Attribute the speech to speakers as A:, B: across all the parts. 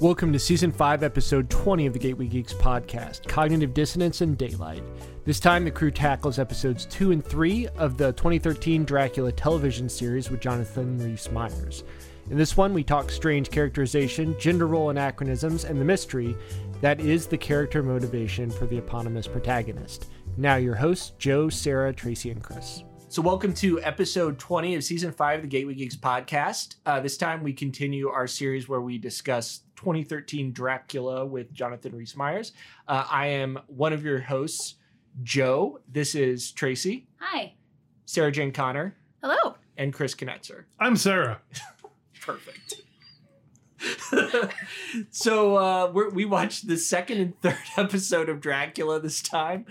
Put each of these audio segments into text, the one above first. A: Welcome to Season 5, Episode 20 of the Gateway Geeks podcast Cognitive Dissonance and Daylight. This time, the crew tackles episodes 2 and 3 of the 2013 Dracula television series with Jonathan Rhys Myers. In this one, we talk strange characterization, gender role anachronisms, and the mystery that is the character motivation for the eponymous protagonist. Now, your hosts, Joe, Sarah, Tracy, and Chris. So, welcome to episode 20 of season five of the Gateway Geeks podcast. Uh, this time, we continue our series where we discuss 2013 Dracula with Jonathan Rhys Myers. Uh, I am one of your hosts, Joe. This is Tracy,
B: Hi.
A: Sarah Jane Connor,
B: Hello.
A: and Chris Knetzer.
C: I'm Sarah.
A: Perfect. so uh, we're, we watched the second and third episode of Dracula this time.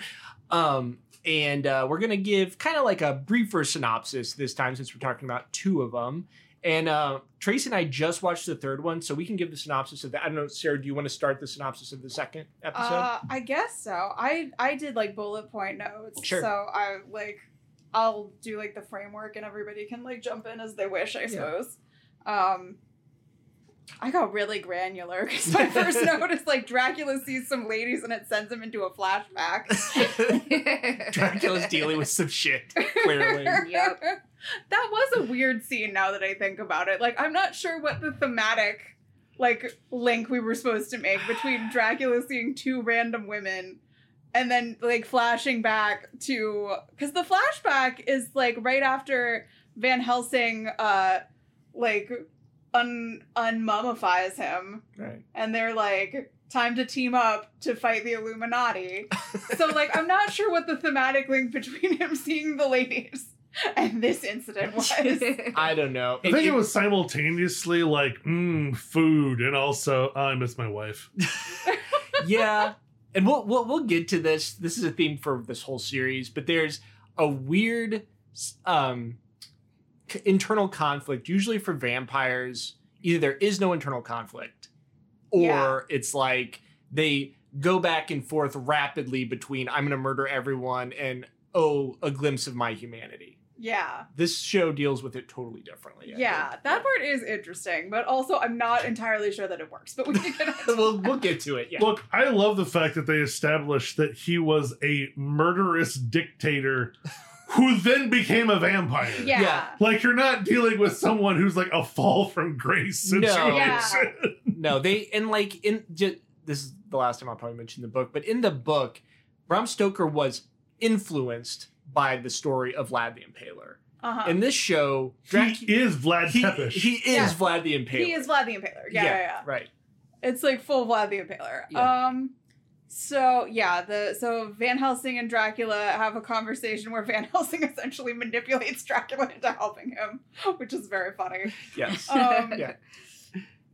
A: Um, and uh, we're going to give kind of like a briefer synopsis this time since we're talking about two of them. And uh, Trace and I just watched the third one, so we can give the synopsis of that. I don't know, Sarah, do you want to start the synopsis of the second episode?
D: Uh, I guess so. I I did like bullet point notes,
A: Sure.
D: so I like I'll do like the framework, and everybody can like jump in as they wish. I suppose. Um, I got really granular because my first note is like Dracula sees some ladies and it sends him into a flashback.
A: Dracula's dealing with some shit, clearly.
B: Yep.
D: that was a weird scene. Now that I think about it, like I'm not sure what the thematic like link we were supposed to make between Dracula seeing two random women and then like flashing back to because the flashback is like right after Van Helsing uh like un unmummifies him
A: Right.
D: and they're like time to team up to fight the illuminati so like i'm not sure what the thematic link between him seeing the ladies and this incident was
A: I don't know.
C: I think it was simultaneously like, mm, food, and also, oh, I miss my wife.
A: yeah, and we'll, we'll we'll get to this. This is a theme for this whole series, but there's a weird um, c- internal conflict. Usually for vampires, either there is no internal conflict, or
D: Yeah.
A: it's like they go back and forth rapidly between "I'm going to murder everyone" and "Oh, a glimpse of my humanity."
D: yeah
A: This show deals with it totally differently. I
D: yeah
A: think.
D: that part is interesting but also i'm not entirely sure that it works but we can get into
A: we'll we'll get to it. Yeah.
C: Look, I love the fact that they established that he was a murderous dictator who then became a vampire.
D: yeah.
A: Yeah.
C: Like, you're not dealing with someone who's like a fall from grace
A: No.
C: situation.
D: Yeah.
A: no, they and like in just, this is the last time I'll probably mention the book, but in the book, Bram Stoker was influenced by the story of Vlad the Impaler.
D: uh-huh
A: In this show,
C: He is Vlad
A: he,
C: Tepish.
A: he is
D: Yeah.
A: Vlad the Impaler.
D: he is vlad the impaler yeah yeah, yeah.
A: right.
D: It's like full Vlad the Impaler.
A: Yeah.
D: Um so yeah, the so Van Helsing and Dracula have a conversation where Van Helsing essentially manipulates Dracula into helping him, which is very funny.
A: Yes.
D: Um
A: Yeah.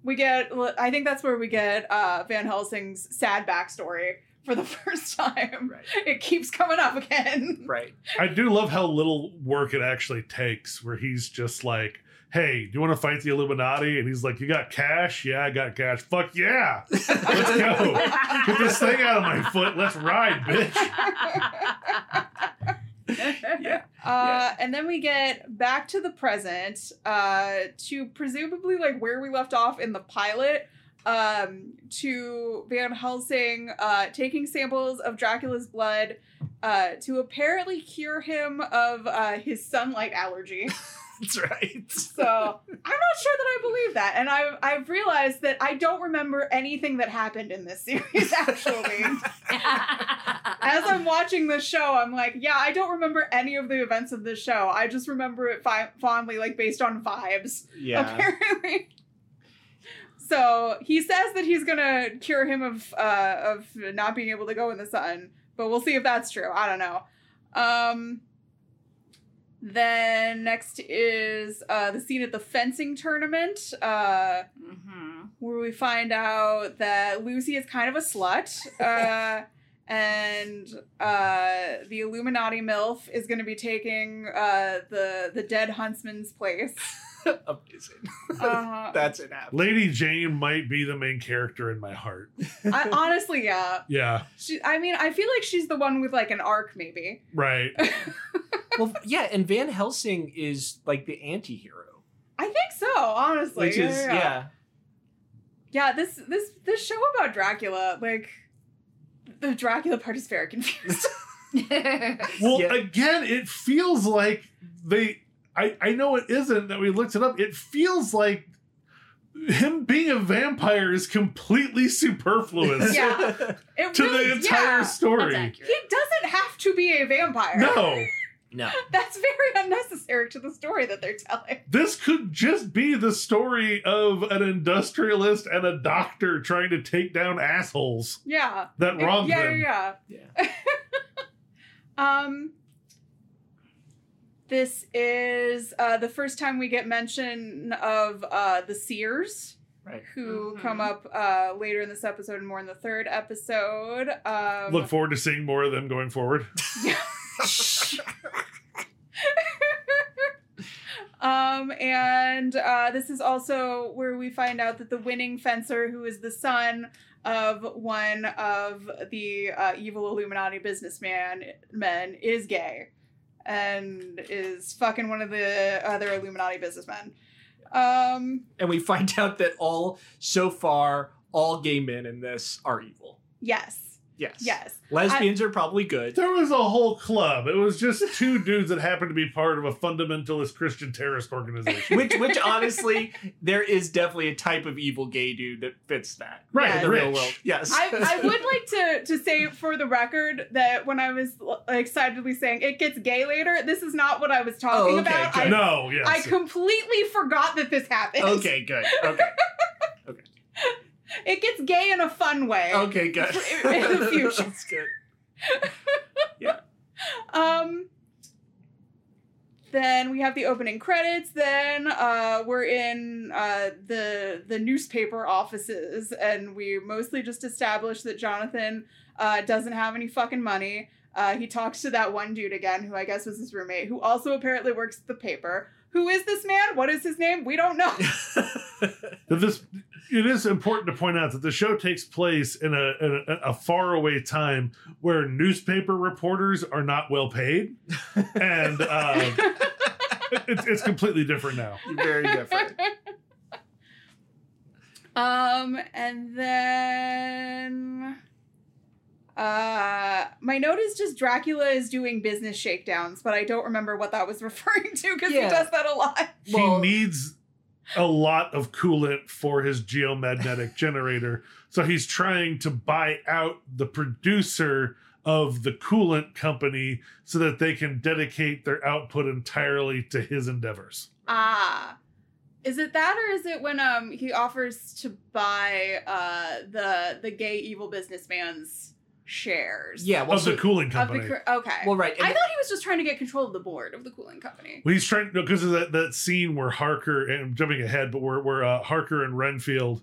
D: We get I think that's where we get uh Van Helsing's sad backstory for the first time.
A: right.
D: It keeps coming up again.
A: Right.
C: I do love how little work it actually takes, where he's just like, hey, do you want to fight the Illuminati? And he's like, you got cash? Yeah, I got cash. Fuck yeah. Let's go. Get this thing out of my foot. Let's ride, bitch.
A: Yeah.
D: Uh, and then we get back to the present uh, to presumably like where we left off in the pilot um, to Van Helsing uh, taking samples of Dracula's blood uh, to apparently cure him of uh, his sunlight allergy.
A: That's right.
D: So I'm not sure that I believe that, and I've I've realized that I don't remember anything that happened in this series actually. As I'm watching this show, I'm like, yeah, I don't remember any of the events of this show. I just remember it fi- fondly, like based on vibes,
A: Yeah.
D: apparently. So he says that he's gonna cure him of uh, of not being able to go in the sun, but we'll see if that's true. I don't know. Um, then next is uh, the scene at the fencing tournament. Uh,
B: Mhm.
D: where we find out that Lucy is kind of a slut, uh, and uh, the Illuminati MILF is going to be taking uh, the the dead huntsman's place.
A: Amazing.
D: Uh,
A: That's an app.
C: Lady Jane might be the main character in my heart.
D: I, honestly, yeah.
C: Yeah,
D: She, I mean, I feel like she's the one with like an arc, maybe.
C: right.
A: Well, yeah, and Van Helsing is like the anti-hero.
D: I think so, honestly.
A: Which is yeah.
D: yeah, this this this show about Dracula, like the Dracula part is very confused.
C: Well,
E: Yeah.
C: again, it feels like they. I, I know it isn't that we looked it up. It feels like him being a vampire is completely superfluous
D: Yeah. It
C: to
D: really,
C: the entire
D: yeah.
B: That's
C: story.
D: He
B: accurate.
D: doesn't have to be a vampire.
C: No,
B: No.
D: That's very unnecessary to the story that they're telling.
C: this could just be the story of an industrialist and a doctor trying to take down assholes
D: Yeah.
C: that wronged
D: yeah,
C: them.
D: yeah,
B: Yeah.
D: yeah. Um this is uh, the first time we get mention of uh, the Seers,
E: Right.
D: who
B: Mhm.
D: come up uh, later in this episode and more in the third episode. Um,
C: Look forward to seeing more of them going forward.
D: Um, and uh, this is also where we find out that the winning fencer, who is the son of one of the uh, evil Illuminati businessman men, is gay, and is fucking one of the other Illuminati businessmen. Um,
E: And we find out that all so far, all gay men in this are evil.
D: yes,
E: Yes.
D: yes,
E: Lesbians are probably good.
C: There was a whole club. It was just two dudes that happened to be part of a fundamentalist Christian terrorist organization.
E: Which, which honestly, there is definitely a type of evil gay dude that fits that.
C: Right,
E: in the
C: rich.
E: real world. Yes.
D: I, I would like to to say for the record that when I was l- excitedly saying it gets gay later, this is not what I was talking
E: Oh, okay,
D: about.
E: good.
D: I,
C: No, yes.
D: I completely forgot that this happened.
E: okay, good. Okay.
D: It gets gay in a fun way.
A: Oh.
E: Okay, good.
D: In the future.
E: That's good.
D: Um then we have the opening credits. Then uh, we're in uh, the the newspaper offices, and we mostly just establish that Jonathan uh, doesn't have any fucking money. Uh, he talks to that one dude again, who I guess was his roommate, who also apparently works at the paper. Who is this man? What is his name? We don't know.
C: That this it is important to point out that the show takes place in a in a, a faraway time where newspaper reporters are not well paid, and uh, it's it's completely different now.
E: Very different.
D: Um, and then uh my note is just Dracula is doing business shakedowns, but I don't remember what that was referring to because
E: Yeah.
D: he does that a lot.
E: Well-
C: he needs a lot of coolant for his geomagnetic generator, so he's trying to buy out the producer of the coolant company so that they can dedicate their output entirely to his endeavors.
D: Ah. Is it that or is it when um he offers to buy uh the the gay evil businessman's shares?
E: Yeah. Well,
C: of the
E: so,
C: cooling
D: Of the
C: company.
D: cr- okay.
E: well right.
D: I
E: and-
D: thought he was just trying to get control of the board of the cooling company.
C: Well, he's trying because of that, that scene where Harker and I'm jumping ahead, but where where uh, Harker and Renfield,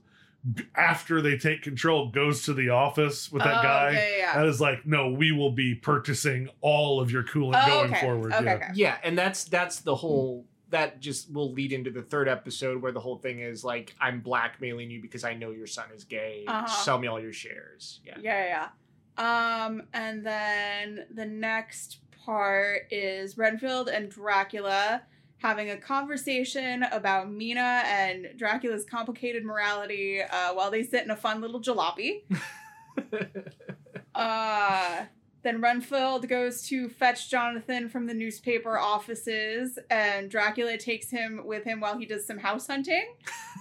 C: g- after they take control, goes to the office with that
D: Oh,
C: guy
D: yeah, yeah, yeah.
C: and is like, "No, we will be purchasing all of your coolant
D: Oh,
C: going
D: okay.
C: forward."
D: Okay,
C: yeah.
D: okay.
E: yeah and that's that's the whole that just will lead into the third episode where the whole thing is like i'm blackmailing you because i know your son is gay
D: Uh-huh.
E: sell me all your shares yeah
D: Yeah, yeah. yeah. Um, and then the next part is Renfield and Dracula having a conversation about Mina and Dracula's complicated morality uh, while they sit in a fun little jalopy. uh, then Renfield goes to fetch Jonathan from the newspaper offices, and Dracula takes him with him while he does some house hunting.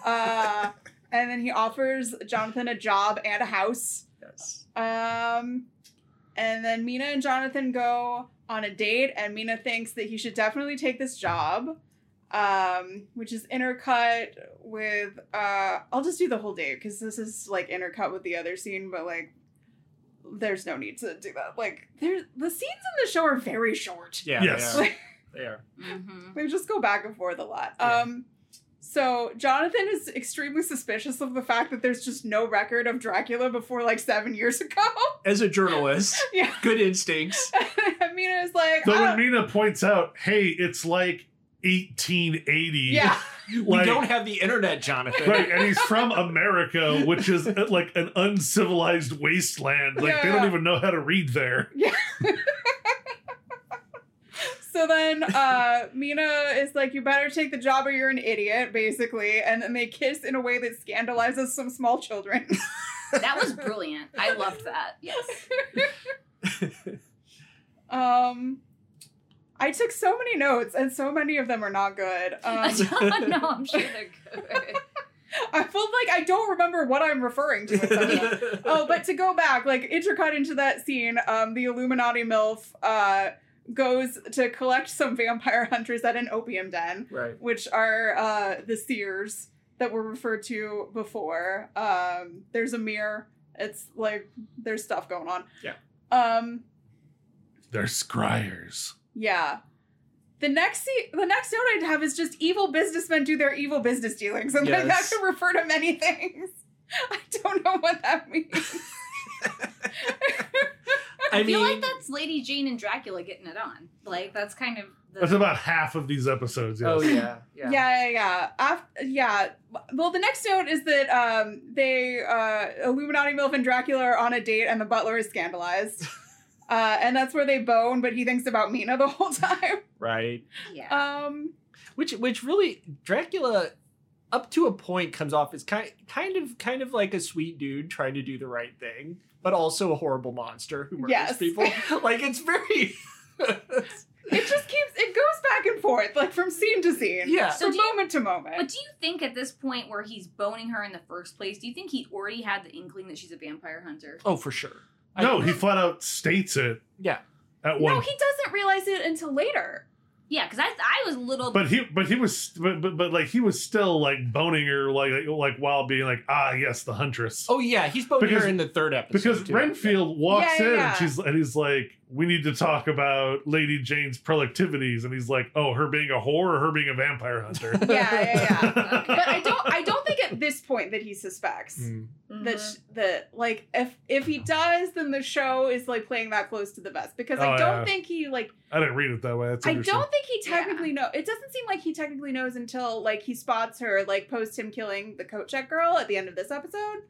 D: Uh, and then he offers Jonathan a job and a house.
E: yes
D: Um, and then Mina and Jonathan go on a date, and Mina thinks that he should definitely take this job, um, which is intercut with. Uh, I'll just do the whole date because this is like intercut with the other scene, but like, there's no need to do that. Like, there's the scenes in the show are very short.
E: yeah
C: Yes.
E: they are, They are.
B: Mhm.
D: They just go back and forth a lot.
E: Yeah.
D: Um, so Jonathan is extremely suspicious of the fact that there's just no record of Dracula before like seven years ago.
E: as a journalist
D: Yeah.
E: good instincts
D: Mina is like,
C: So
D: I
C: when
D: don't-
C: Mina points out, "Hey, it's like 1880,"
D: yeah,
C: Like-
E: we don't have the internet jonathan
C: Right, and he's from America, which is uh, like an uncivilized wasteland. Like they
D: Yeah.
C: don't even know how to read there.
D: so So then uh, Mina is like, you better take the job or you're an idiot, basically. And then they kiss in a way that scandalizes some small children.
B: That was brilliant. I loved that. Yes.
D: um, I took so many notes, and so many of them are not good. Um,
B: no, I'm sure they're good.
D: I felt like I don't remember what I'm referring to. at some point. oh, but to go back, like intercut into that scene, um, the Illuminati MILF uh, goes to collect some vampire hunters at an opium den,
A: right.
D: which are uh, the seers that were referred to before. Um, there's a mirror. It's like there's stuff going on.
A: Yeah.
D: Um.
C: They're scryers.
D: Yeah. The next se- the next note I'd have is just evil businessmen do their evil business dealings, and like that
A: Yes.
D: could refer to many things. I don't know what that means.
B: I, feel like that's Lady Jane and Dracula getting it on. Like that's kind of the
C: That's about half of these episodes. Yes.
A: Oh yeah,
D: Yeah,
A: yeah.
D: yeah, yeah. Af- yeah. Well, the next note is that um, they uh, Illuminati MILF and Dracula are on a date, and the butler is scandalized. Uh, and that's where they bone, but he thinks about Mina the whole time.
A: Right.
B: yeah.
D: Um,
A: Which which really Dracula up to a point comes off as kind kind of kind of like a sweet dude trying to do the right thing, but also a horrible monster who murders
D: Yes.
A: people. Like it's very
D: it just keeps it goes back and forth, like from scene to scene,
A: Yeah.
B: So
D: from
B: do you-
D: moment to moment.
B: But do you think at this point where he's boning her in the first place, do you think he already had the inkling that she's a vampire hunter?
A: Oh for sure. I-
C: No, he flat out states it.
A: Yeah.
C: At one.
D: No, he doesn't realize it until later.
B: Yeah, because I I was a little
C: but he, but he was, but, but but like he was still like boning her, like like while being like, ah, yes, the huntress.
A: Oh yeah, he's both
C: Because-
A: here in the third episode.
C: because
A: too.
C: Renfield walks
D: Yeah,
C: in
D: yeah.
C: and she's and he's like, we need to talk about Lady Jane's productivities, and he's like, oh, her being a whore or her being a vampire hunter.
D: Yeah, yeah, yeah.
B: Okay.
D: but I don't. I don't think at this point that he suspects
A: Mm.
B: Mhm.
D: that sh- that like if if he does, then the show is like playing that close to the vest because I
C: Oh,
D: don't
C: yeah.
D: think he like.
C: I didn't read it that way. That's
D: I
C: interesting.
D: don't think he
B: Yeah.
D: technically know. It doesn't seem like he technically knows until like he spots her like post him killing the coat check girl at the end of this episode.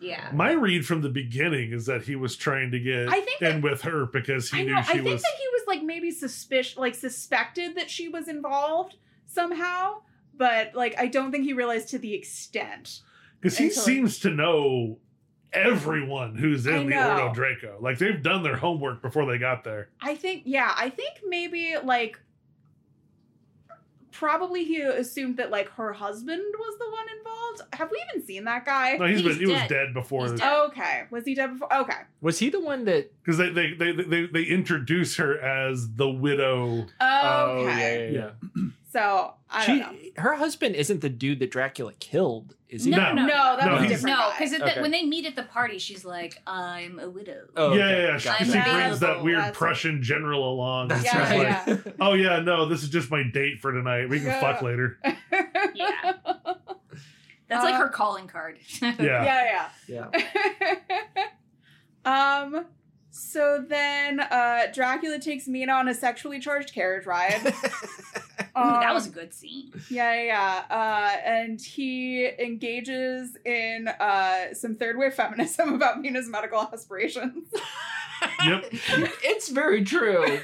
B: yeah.
C: My read from the beginning is that he was trying to get
D: I think
C: in with her because he
D: I
C: knew
D: know. I
C: she
D: think
C: was.
D: that he was like maybe suspicious, like suspected that she was involved somehow, but like I don't think he realized to the extent.
C: Because he
D: until-
C: seems to know everyone who's
D: I
C: in the
D: know.
C: Ordo Draco. Like they've done their homework before they got there.
D: I think, yeah, I think maybe like probably he assumed that like her husband was the one involved. Have we even seen that guy?
C: No, he's
B: He's
C: been he was
B: dead.
C: dead before
B: He's dead.
D: Okay, was he dead before? Okay,
A: Was he the one that
C: because they they, they they they introduce her as the widow.
D: okay.
A: Oh, yeah, yeah, yeah.
D: So I
A: She,
D: don't know.
A: her husband isn't the dude that Dracula killed, is he?
B: No,
C: No.
B: no,
D: No, that
C: No,
D: was a
C: he's-
D: different.
B: No,
D: guy.
B: because
A: Oh, Okay.
B: when they meet at the party, she's like, "I'm a widow."
A: Oh,
C: yeah,
A: okay.
C: yeah, yeah. She,
A: Gotcha.
C: she
B: I'm
C: brings that
B: valuable.
C: weird
D: That's-
C: Prussian general along.
A: That's
C: She's
D: yeah,
A: right.
C: like, Oh yeah, no, this is just my date for tonight. We can
D: Yeah.
C: fuck later.
D: yeah,
B: Yeah, that's like
D: Uh,
B: her calling card.
C: Yeah.
D: yeah,
A: Yeah.
D: yeah. um. So then, uh, Dracula takes Mina on a sexually charged carriage ride.
B: Ooh, that
D: Um,
B: was a good scene.
D: Yeah, yeah, yeah. Uh, and he engages in uh, some third wave feminism about Mina's medical aspirations.
C: Yep.
A: it's very true.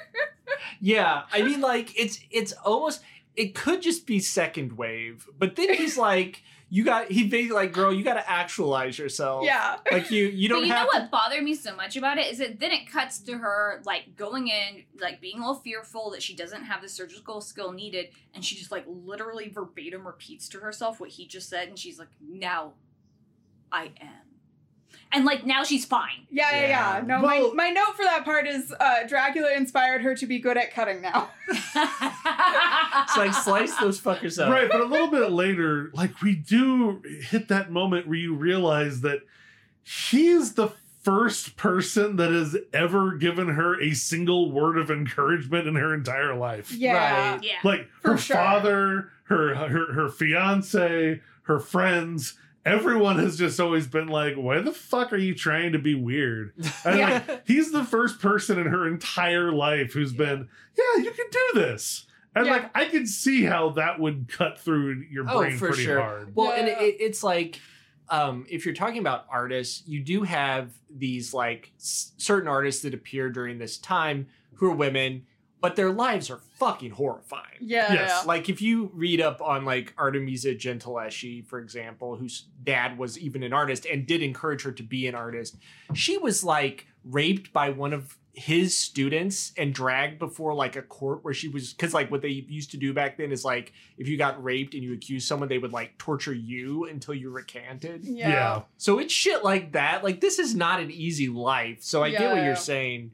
A: yeah, I mean, like it's it's almost it could just be second wave, but then he's like, you got he basically like, girl, you got to actualize yourself.
D: Yeah.
A: like you you don't
B: but you
A: have.
B: know what bothered me so much about it is that then it cuts to her like going in, like being a little fearful that she doesn't have the surgical skill needed, and she just like literally verbatim repeats to herself what he just said, and she's like, "Now, I am," and like now she's fine.
D: Yeah, yeah, yeah.
A: Yeah.
D: No,
C: Well-
D: my, my note for that part is uh, Dracula inspired her to be good at cutting now.
A: It's like slice those fuckers up.
C: Right, but a little bit later, like we do hit that moment where you realize that he's the first person that has ever given her a single word of encouragement in her entire life.
D: Yeah.
A: Right.
B: Yeah.
C: Like
D: For
C: her
D: sure.
C: father, her her her fiance, her friends, everyone has just always been like, "Why the fuck are you trying to be weird?" And
D: Yeah.
C: like, he's the first person in her entire life who's been, yeah, you can do this. And
D: Yeah.
C: like I can see how that would cut through your
A: Oh,
C: brain
A: for
C: pretty
A: sure.
C: hard.
A: Well, and
D: Yeah.
A: it, it's like um, if you're talking about artists, you do have these like s- certain artists that appear during this time who are women. but their lives are fucking horrifying.
D: Yeah.
C: Yes.
A: Like if you read up on like Artemisia Gentileschi, for example, whose dad was even an artist and did encourage her to be an artist, she was like raped by one of his students and dragged before like a court where she was because like what they used to do back then is like if you got raped and you accused someone they would like torture you until you recanted
D: Yeah.
C: Yeah. Ah,
A: so it's shit like that like this is not an easy life so i get what
D: Yeah.
A: you're saying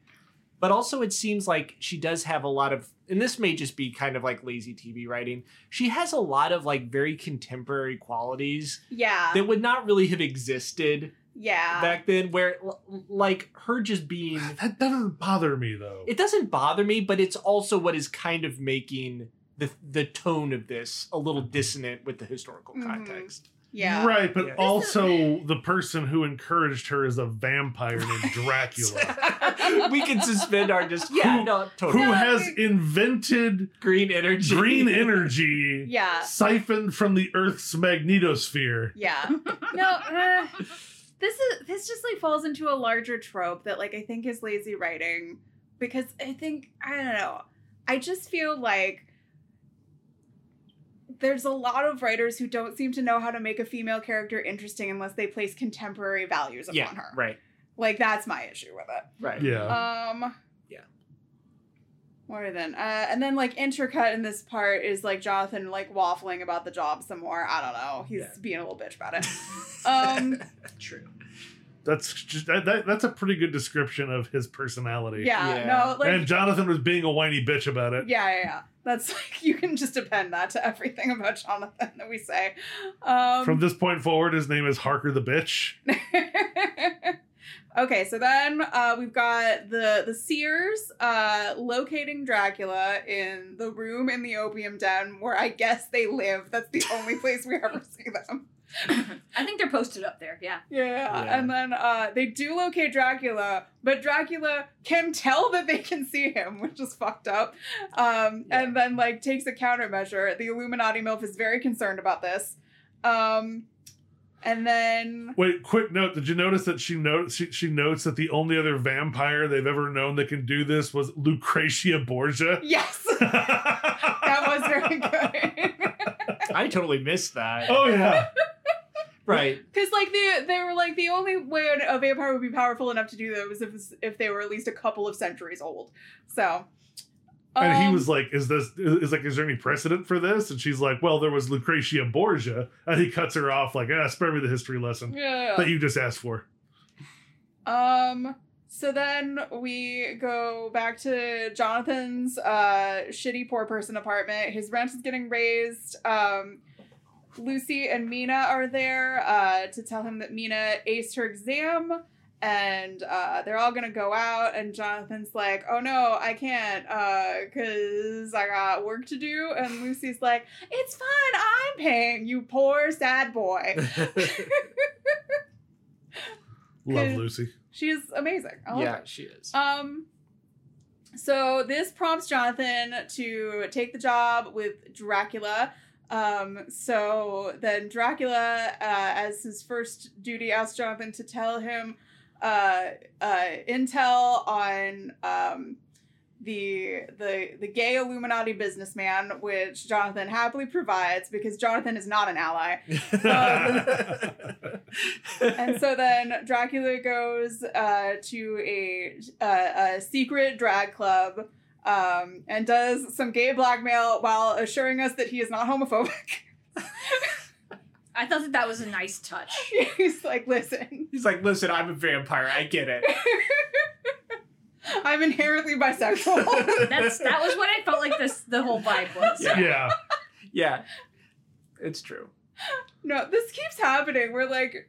A: but also it seems like she does have a lot of and this may just be kind of like lazy tv writing she has a lot of like very contemporary qualities
D: Yeah.
A: that would not really have existed
D: Yeah.
A: back then where l- like her just being
C: That doesn't bother me though.
A: it doesn't bother me, but it's also what is kind of making the the tone of this a little dissonant with the historical
D: Mhm.
A: context.
D: yeah.
C: Right, but
A: Yeah.
C: also the person who encouraged her is a vampire named Dracula.
A: we can suspend our just yeah
C: Who-
A: no
C: Who
A: totally
D: No,
C: has
D: I-
C: invented
A: green energy
C: green energy
D: Yeah.
C: siphoned from the Earth's magnetosphere?
D: Yeah. No, uh, this is this just like falls into a larger trope that like I think is lazy writing because I think I don't know. I just feel like there's a lot of writers who don't seem to know how to make a female character interesting unless they place contemporary values upon
A: yeah
D: her.
A: right
D: Like that's my issue with it.
A: right
C: Yeah.
D: Um.
A: Yeah.
D: More than, uh, and then like intercut in this part is like Jonathan like waffling about the job some more. I don't know. He's
A: Yeah.
D: being a little bitch about it. Um.
A: true
C: That's just, that, that, that's a pretty good description of his personality.
D: Yeah.
A: Yeah.
D: No. Like.
C: and Jonathan was being a whiny bitch about it.
D: yeah, yeah, yeah. That's like you can just append that to everything about Jonathan that we say. Um,
C: From this point forward, his name is Harker the bitch.
D: okay, so then uh, we've got the the Sears uh, locating Dracula in the room in the opium den where I guess they live. That's the only place we ever see them.
B: I think they're posted up there. Yeah.
D: Yeah,
A: Yeah.
D: and then uh, they do locate Dracula, but Dracula can tell that they can see him, which is fucked up. Um,
A: Yeah.
D: And then like takes a countermeasure. The Illuminati MILF is very concerned about this. Um, and then
C: Wait, quick note. Did you notice that she notes she, she notes that the only other vampire they've ever known that can do this was Lucretia Borgia?
D: yes.
C: that
D: that was very good.
A: I totally missed that
C: Oh yeah.
A: right
D: Because like they they were like the only way a vampire would be powerful enough to do that was if if they were at least a couple of centuries old. So.
C: And he
D: um,
C: was like, "Is this is like is there any precedent for this?" And she's like, "Well, there was Lucretia Borgia," and he cuts her off like, "Ah, spare me the history lesson
D: yeah.
C: that you just asked for."
D: Um. So then we go back to Jonathan's uh, shitty poor person apartment. His rent is getting raised. Um, Lucy and Mina are there uh, to tell him that Mina aced her exam, and uh, they're all gonna go out. And Jonathan's like, "Oh no, I can't, uh, cause I got work to do." And Lucy's like, "It's fine. I'm paying you, poor sad boy."
C: Love
D: Good.
C: Lucy.
D: She's amazing. I love her.
A: yeah she is
D: Um so this prompts Jonathan to take the job with Dracula. Um so then Dracula uh, as his first duty asks Jonathan to tell him uh uh intel on um the the the gay Illuminati businessman, which Jonathan happily provides because Jonathan is not an ally Um, and so then Dracula goes uh, to a, uh, a a secret drag club um, and does some gay blackmail while assuring us that he is not homophobic.
B: I thought that that was a nice touch.
D: He's like, "Listen,
A: he's like listen I'm a vampire I get it
D: I'm inherently bisexual."
B: That's that was what I felt like this the whole vibe was.
A: Yeah.
C: Yeah,
A: yeah it's true
D: no, this keeps happening. We're like,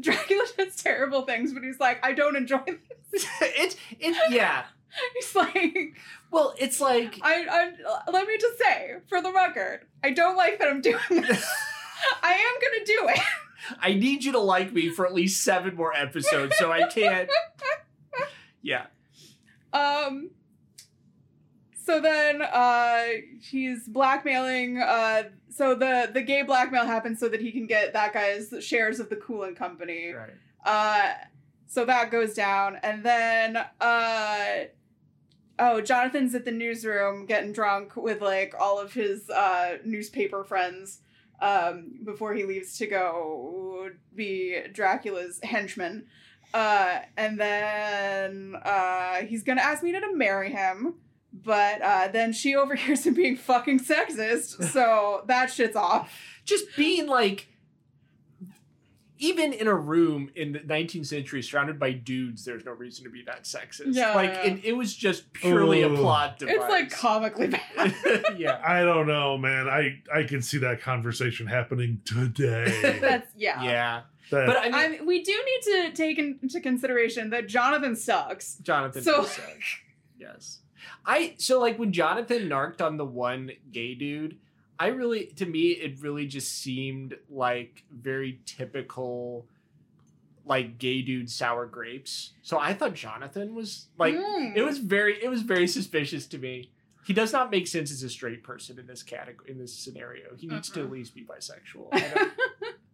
D: Dracula does terrible things, but he's like, "I don't enjoy." Them.
A: it's it yeah
D: He's like,
A: well it's like
D: I, I let me just say, for the record, I don't like that I'm doing this. I am gonna do it.
A: I need you to like me for at least seven more episodes, so I can't. Yeah.
D: Um. So then, uh, he's blackmailing. Uh, so the the gay blackmail happens so that he can get that guy's shares of the Cooling Company.
A: Right.
D: Uh, so that goes down, and then uh, oh, Jonathan's at the newsroom getting drunk with like all of his uh, newspaper friends um, before he leaves to go be Dracula's henchman. Uh, and then uh, he's gonna ask me to marry him, but uh, then she overhears him being fucking sexist, so that shit's off.
A: just being like even in a room in the 19th century surrounded by dudes there's no reason to be that sexist
D: Yeah.
A: like it, it was just purely
C: Ooh.
A: a plot device
D: It's like comically bad.
A: yeah
C: I don't know, man. I I can see that conversation happening today.
D: That's yeah.
A: yeah
C: That-
A: but i mean
D: I mean, we do need to take into consideration that Jonathan sucks.
A: jonathan
D: So-
A: Dulce. yes i so like when jonathan narked on the one gay dude i really to me it really just seemed like very typical like gay dude sour grapes so i thought jonathan was like
D: Mm.
A: It was very it was very suspicious to me. He does not make sense as a straight person in this category in this scenario. He needs to
B: Mhm.
A: at least be bisexual. I don't-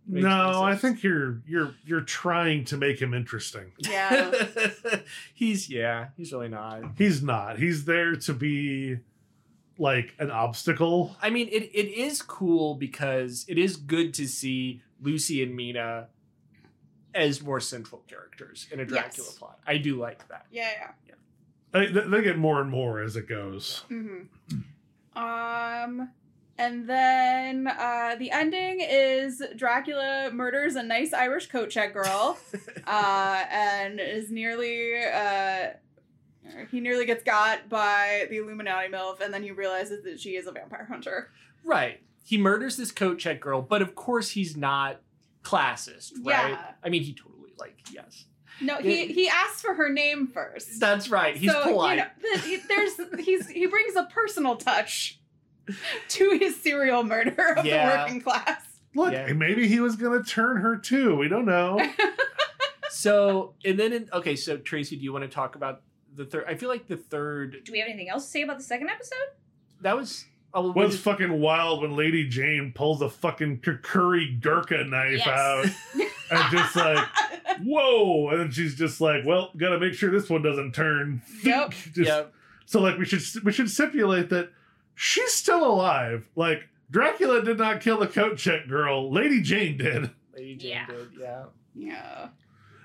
A: makes
C: no,
A: no
C: I
A: sense.
C: think you're you're you're trying to make him interesting.
D: yeah.
A: he's yeah, he's really not.
C: He's not. He's there to be like an obstacle.
A: I mean, it it is cool because it is good to see Lucy and Mina as more central characters in a Dracula
D: Yes.
A: plot. I do like that.
D: Yeah, yeah.
C: They, they they get more and more as it goes.
D: Mm-hmm. Um, and then uh, the ending is Dracula murders a nice Irish coat check girl, uh, and is nearly uh, he nearly gets got by the Illuminati milf, and then he realizes that she is a vampire hunter.
A: Right. He murders this coat check girl, but of course he's not classist, right?
D: Yeah.
A: I mean, he totally like yes.
D: No, he he asks for her name first.
A: That's right. He's polite.
D: You know, th- there's he's he brings a personal touch to his serial murder of the
A: Yeah.
D: working class.
C: Look,
A: Yeah.
C: maybe he was gonna turn her too. We don't know.
A: so, and then in, okay, so Tracy, do you want to talk about the third? I feel like the third
B: Do we have anything else to say about the second episode?
A: that was oh, well, we
C: What's
A: just-
C: fucking wild when Lady Jane pulls a fucking Kakuri Gurkha knife
B: Yes.
C: out and just like, whoa. And then she's just like, well, gotta make sure this one doesn't turn.
D: Yep.
C: Just-
A: yeah,
C: So like we should we should stipulate that she's still alive. Like Dracula did not kill the coat check girl. Lady Jane did.
A: Lady Jane
B: Yeah.
A: did. Yeah,
D: Yeah.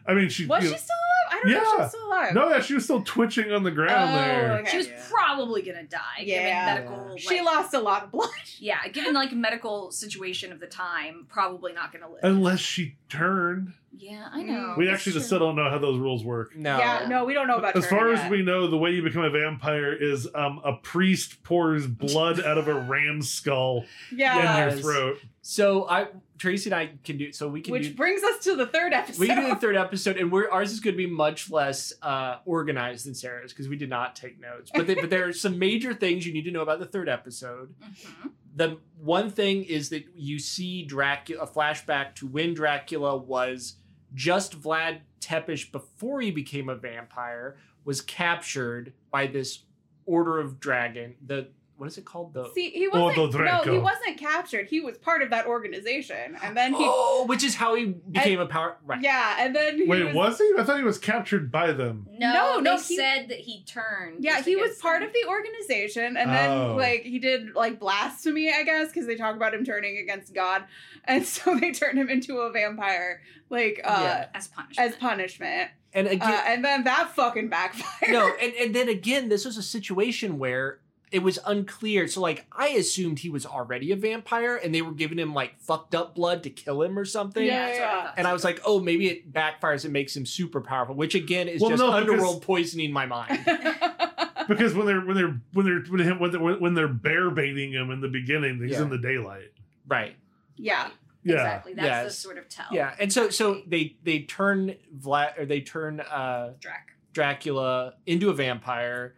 C: I mean, she.
D: Was
C: you
D: she still alive? I don't know if she
C: Yeah.
D: was still alive.
C: no, yeah, she was still twitching on the ground
D: Oh,
C: there.
D: okay.
B: She was
A: Yeah.
B: probably gonna die.
D: Yeah.
B: Given medical, like,
D: She lost a lot of blood.
B: Yeah, given like medical situation of the time, probably not gonna live.
C: Unless she turned.
B: yeah, I
D: Oh,
B: know.
C: we
B: That's
C: actually just
B: true.
C: still don't know how those rules work.
A: no,
D: Yeah, no, we don't know about
C: As
D: her
C: far
D: yet.
C: as we know, the way you become a vampire is um, a priest pours blood out of a ram's skull
D: Yeah.
C: in your throat.
A: So I, Tracy and I can do. So we can
D: Which
A: do.
D: brings us to the third episode.
A: We can do the third episode, and we're, ours is going to be much less uh, organized than Sarah's because we did not take notes. But, they, but there are some major things you need to know about the third episode.
B: Mhm.
A: the one thing is that you see Dracula a flashback to when Dracula was just Vlad Tepish before he became a vampire was captured by this order of dragon the what is it called the
D: See, he
C: Ordo
D: wasn't. no, he
C: Draco.
D: wasn't captured. He was part of that organization, and then he.
A: oh which is how he became a power right
D: Yeah, and then he
C: Wait,
D: was,
C: was he? I thought he was captured by them.
B: No,
D: No, no,
B: they
D: he-
B: said that he turned.
D: Yeah,
B: just
D: he was
B: against
D: part
B: them.
D: of the organization, and then
C: Oh.
D: like he did like blasphemy, I guess, because they talk about him turning against God, and so they turned him into a vampire, like uh,
A: Yeah.
B: as punishment.
D: as punishment.
A: and
D: Uh,
A: again
D: and then that fucking backfired.
A: no and, and then again this was a situation where it was unclear so like i assumed he was already a vampire and they were giving him like fucked up blood to kill him or something
D: Yeah,
B: that's what
D: yeah.
B: thought.
A: And I was like, oh, maybe it backfires and makes him super powerful, which again is
C: Well,
A: just
C: no, because-
A: underworld poisoning my mind.
C: Because when they're when they're when they're when they're, when they're, when they're bear baiting him in the beginning, he's
A: Yeah.
C: in the daylight.
A: right.
D: yeah,
C: Yeah.
B: Exactly. That's the
A: Yes.
B: sort of tell.
A: Yeah. And so so they they turn Vlad or they turn uh
B: Drac.
A: Dracula into a vampire.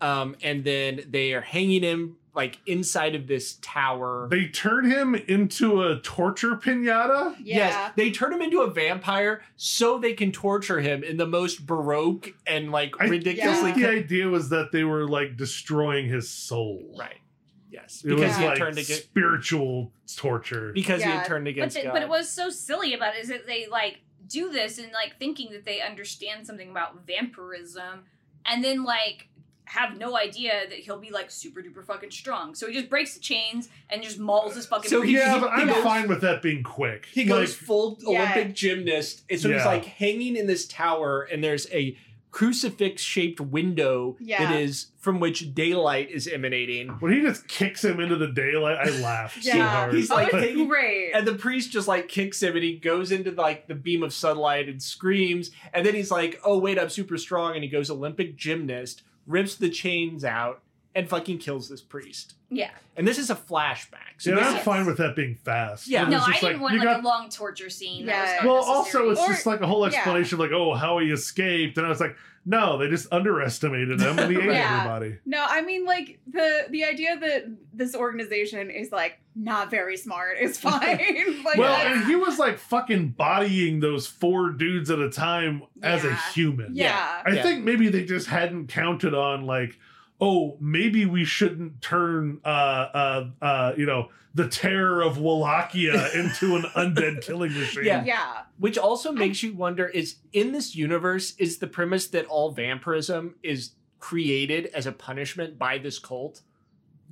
A: Um, and then they are hanging him like inside of this tower.
C: They turn him into a torture pinata.
D: yeah.
A: they turn him into a vampire so they can torture him in the most baroque and like
C: I-
A: ridiculously
C: The idea was that they were like destroying his soul.
A: right. Yes,
C: It
A: because
C: was
A: he had
C: like
A: turned against
C: spiritual torture.
A: because he
D: Yeah.
A: had turned
B: But,
A: against.
B: the-
A: God.
B: but it was so silly about it is that they like do this and like thinking that they understand something about vampirism and then like have no idea that he'll be like super duper fucking strong. So he just breaks the chains and just mauls his fucking.
A: So he-
C: yeah,
A: he-
C: but
A: he
C: I'm
A: goes-
C: fine with that being quick.
A: He goes full
D: Yeah.
A: Olympic gymnast, and so he's
C: Yeah.
A: like hanging in this tower, and there's a crucifix-shaped window
D: Yeah.
A: that is from which daylight is emanating.
C: When he just kicks him into the daylight, I laughed so
D: Yeah.
C: hard.
A: He's
D: oh,
A: like-
D: it's great.
A: And the priest just like kicks him, and he goes into like the beam of sunlight and screams. And then he's like, "Oh wait, I'm super strong!" And he goes Olympic gymnast, rips the chains out, and fucking kills this priest.
B: yeah.
A: And this is a flashback. So
C: yeah,
A: this
C: I'm
A: is-
C: fine with that being fast.
A: Yeah.
C: When
B: No,
C: it's
B: I
C: just
B: didn't want
C: you
B: like
C: got-
B: a long torture scene.
D: Yeah.
B: That was
C: Well, also it's
D: Or-
C: just like a whole
D: yeah.
C: explanation of like, oh, how he escaped, and I was like, no, they just underestimated him and he ate
D: Yeah.
C: everybody.
D: No, I mean like the the idea that this organization is like not very smart is fine. like
C: well,
D: that's-
C: and he was like fucking bodying those four dudes at a time as a
B: Yeah.
C: human.
D: yeah.
C: I
A: Yeah.
C: think maybe they just hadn't counted on like, oh, maybe we shouldn't turn uh uh uh you know the terror of Wallachia into an undead killing machine.
A: Yeah.
D: Yeah.
A: Which also makes you wonder is in this universe, is the premise that all vampirism is created as a punishment by this cult?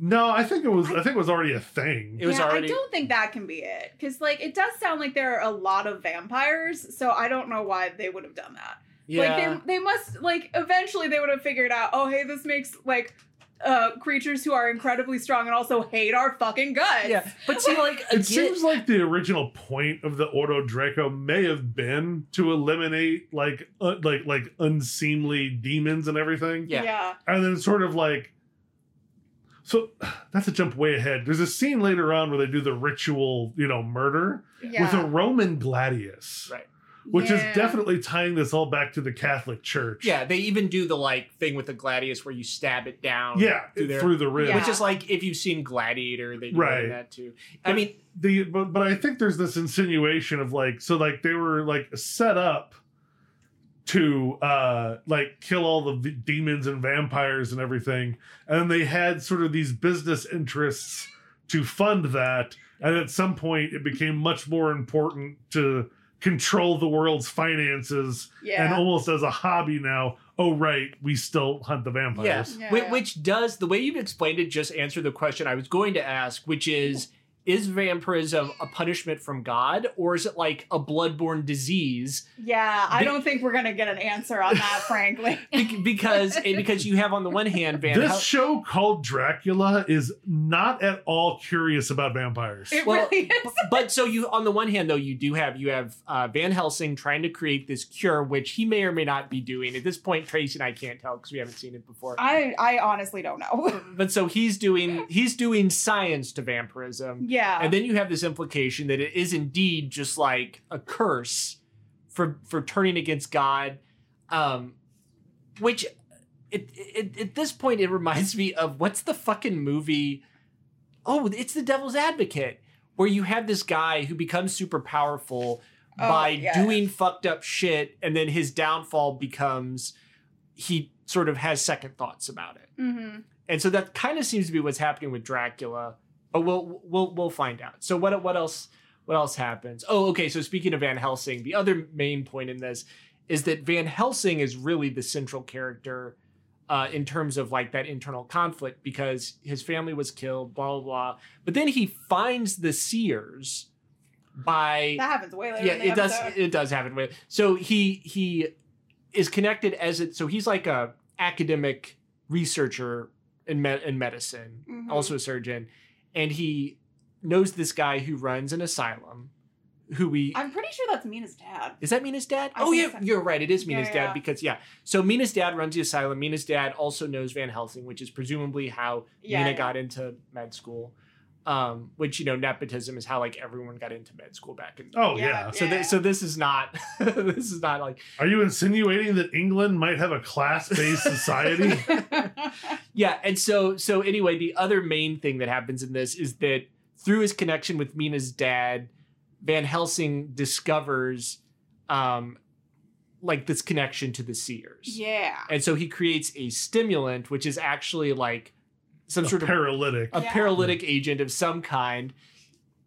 C: No, I think it was I think it was already a thing.
A: It was
D: yeah,
A: already-
D: I don't think that can be it. Because like it does sound like there are a lot of vampires, so I don't know why they would have done that. Like they they must like eventually they would have figured out, oh hey, this makes like uh creatures who are incredibly strong and also hate our fucking guts.
A: yeah. But see, like,
C: It
A: again-
C: seems like the original point of the Ordo Draco may have been to eliminate like uh, like like unseemly demons and everything,
A: Yeah.
D: Yeah.
C: and then sort of like. So that's a jump way ahead. There's a scene later on where they do the ritual, you know, murder
D: yeah.
C: with a Roman gladius,
A: Right.
C: which
D: Yeah.
C: is definitely tying this all back to the Catholic Church.
A: yeah, they even do the like thing with the gladius where you stab it down.
C: yeah,
A: through there.
C: through the ribs.
D: Yeah.
A: Which is like if you've seen Gladiator, they do
C: Right.
A: that too. I mean,
C: the but, but I think there's this insinuation of like so like they were like set up to uh like kill all the v- demons and vampires and everything and then they had sort of these business interests to fund that and at some point it became much more important to control the world's finances and
D: Yeah.
C: almost as a hobby now oh right we still hunt the vampires
A: yes,
D: Yeah,
A: which,
D: yeah.
A: does the way you've explained it just answer the question I was going to ask, which is. Is vampirism a punishment from God, or is it like a bloodborne disease
D: Yeah, I
A: They-
D: don't think we're gonna get an answer on that, frankly.
A: Bec- because and because you have on the one hand Van
C: this
A: Hel-
C: show called dracula is not at all curious about vampires
D: It
A: Well,
D: really is.
A: but so you on the one hand though you do have you have uh, Van Helsing trying to create this cure which he may or may not be doing at this point Tracy and I can't tell because we haven't seen it before
D: I I honestly don't know.
A: but so he's doing he's doing science to vampirism
D: yeah.
A: and then you have this implication that it is indeed just like a curse for for turning against God um which it, it, at this point it reminds me of what's the fucking movie oh it's the devil's advocate where you have this guy who becomes super powerful
D: Oh,
A: by
D: yeah.
A: doing fucked up shit and then his downfall becomes he sort of has second thoughts about it
D: hmm
A: and so that kind of seems to be what's happening with Dracula. But we'll we'll we'll find out. So what what else what else happens? Oh, okay. So speaking of Van Helsing, the other main point in this is that Van Helsing is really the central character uh, in terms of like that internal conflict because his family was killed, blah blah blah. But then he finds the Seers by
D: That happens way later.
A: yeah
D: in the
A: it does
D: episode.
A: it does happen with so he he is connected as it so he's like a academic researcher in med, in medicine
D: Mhm.
A: also a surgeon and he knows this guy who runs an asylum who we
D: I'm pretty sure that's Mina's dad.
A: is that Mina's dad?
D: I
A: oh
D: think
A: yeah,
D: so.
A: you're right. It is
D: Yeah,
A: Mina's
D: yeah,
A: dad
D: yeah.
A: because yeah. So Mina's dad runs the asylum. Mina's dad also knows Van Helsing, which is presumably how
D: Yeah,
A: Mina
D: yeah.
A: got into med school. Um, which you know, nepotism is how like everyone got into med school back in
C: oh
D: Yeah.
C: yeah
A: so, th- so this is not. this is not like.
C: Are you insinuating that England might have a class-based society?
A: Yeah, and so so anyway, the other main thing that happens in this is that through his connection with Mina's dad, Van Helsing discovers, um, like this connection to the Seers.
D: yeah.
A: And so he creates a stimulant, which is actually like some
C: a
A: sort of
C: paralytic.
A: a
D: Yeah.
A: paralytic agent of some kind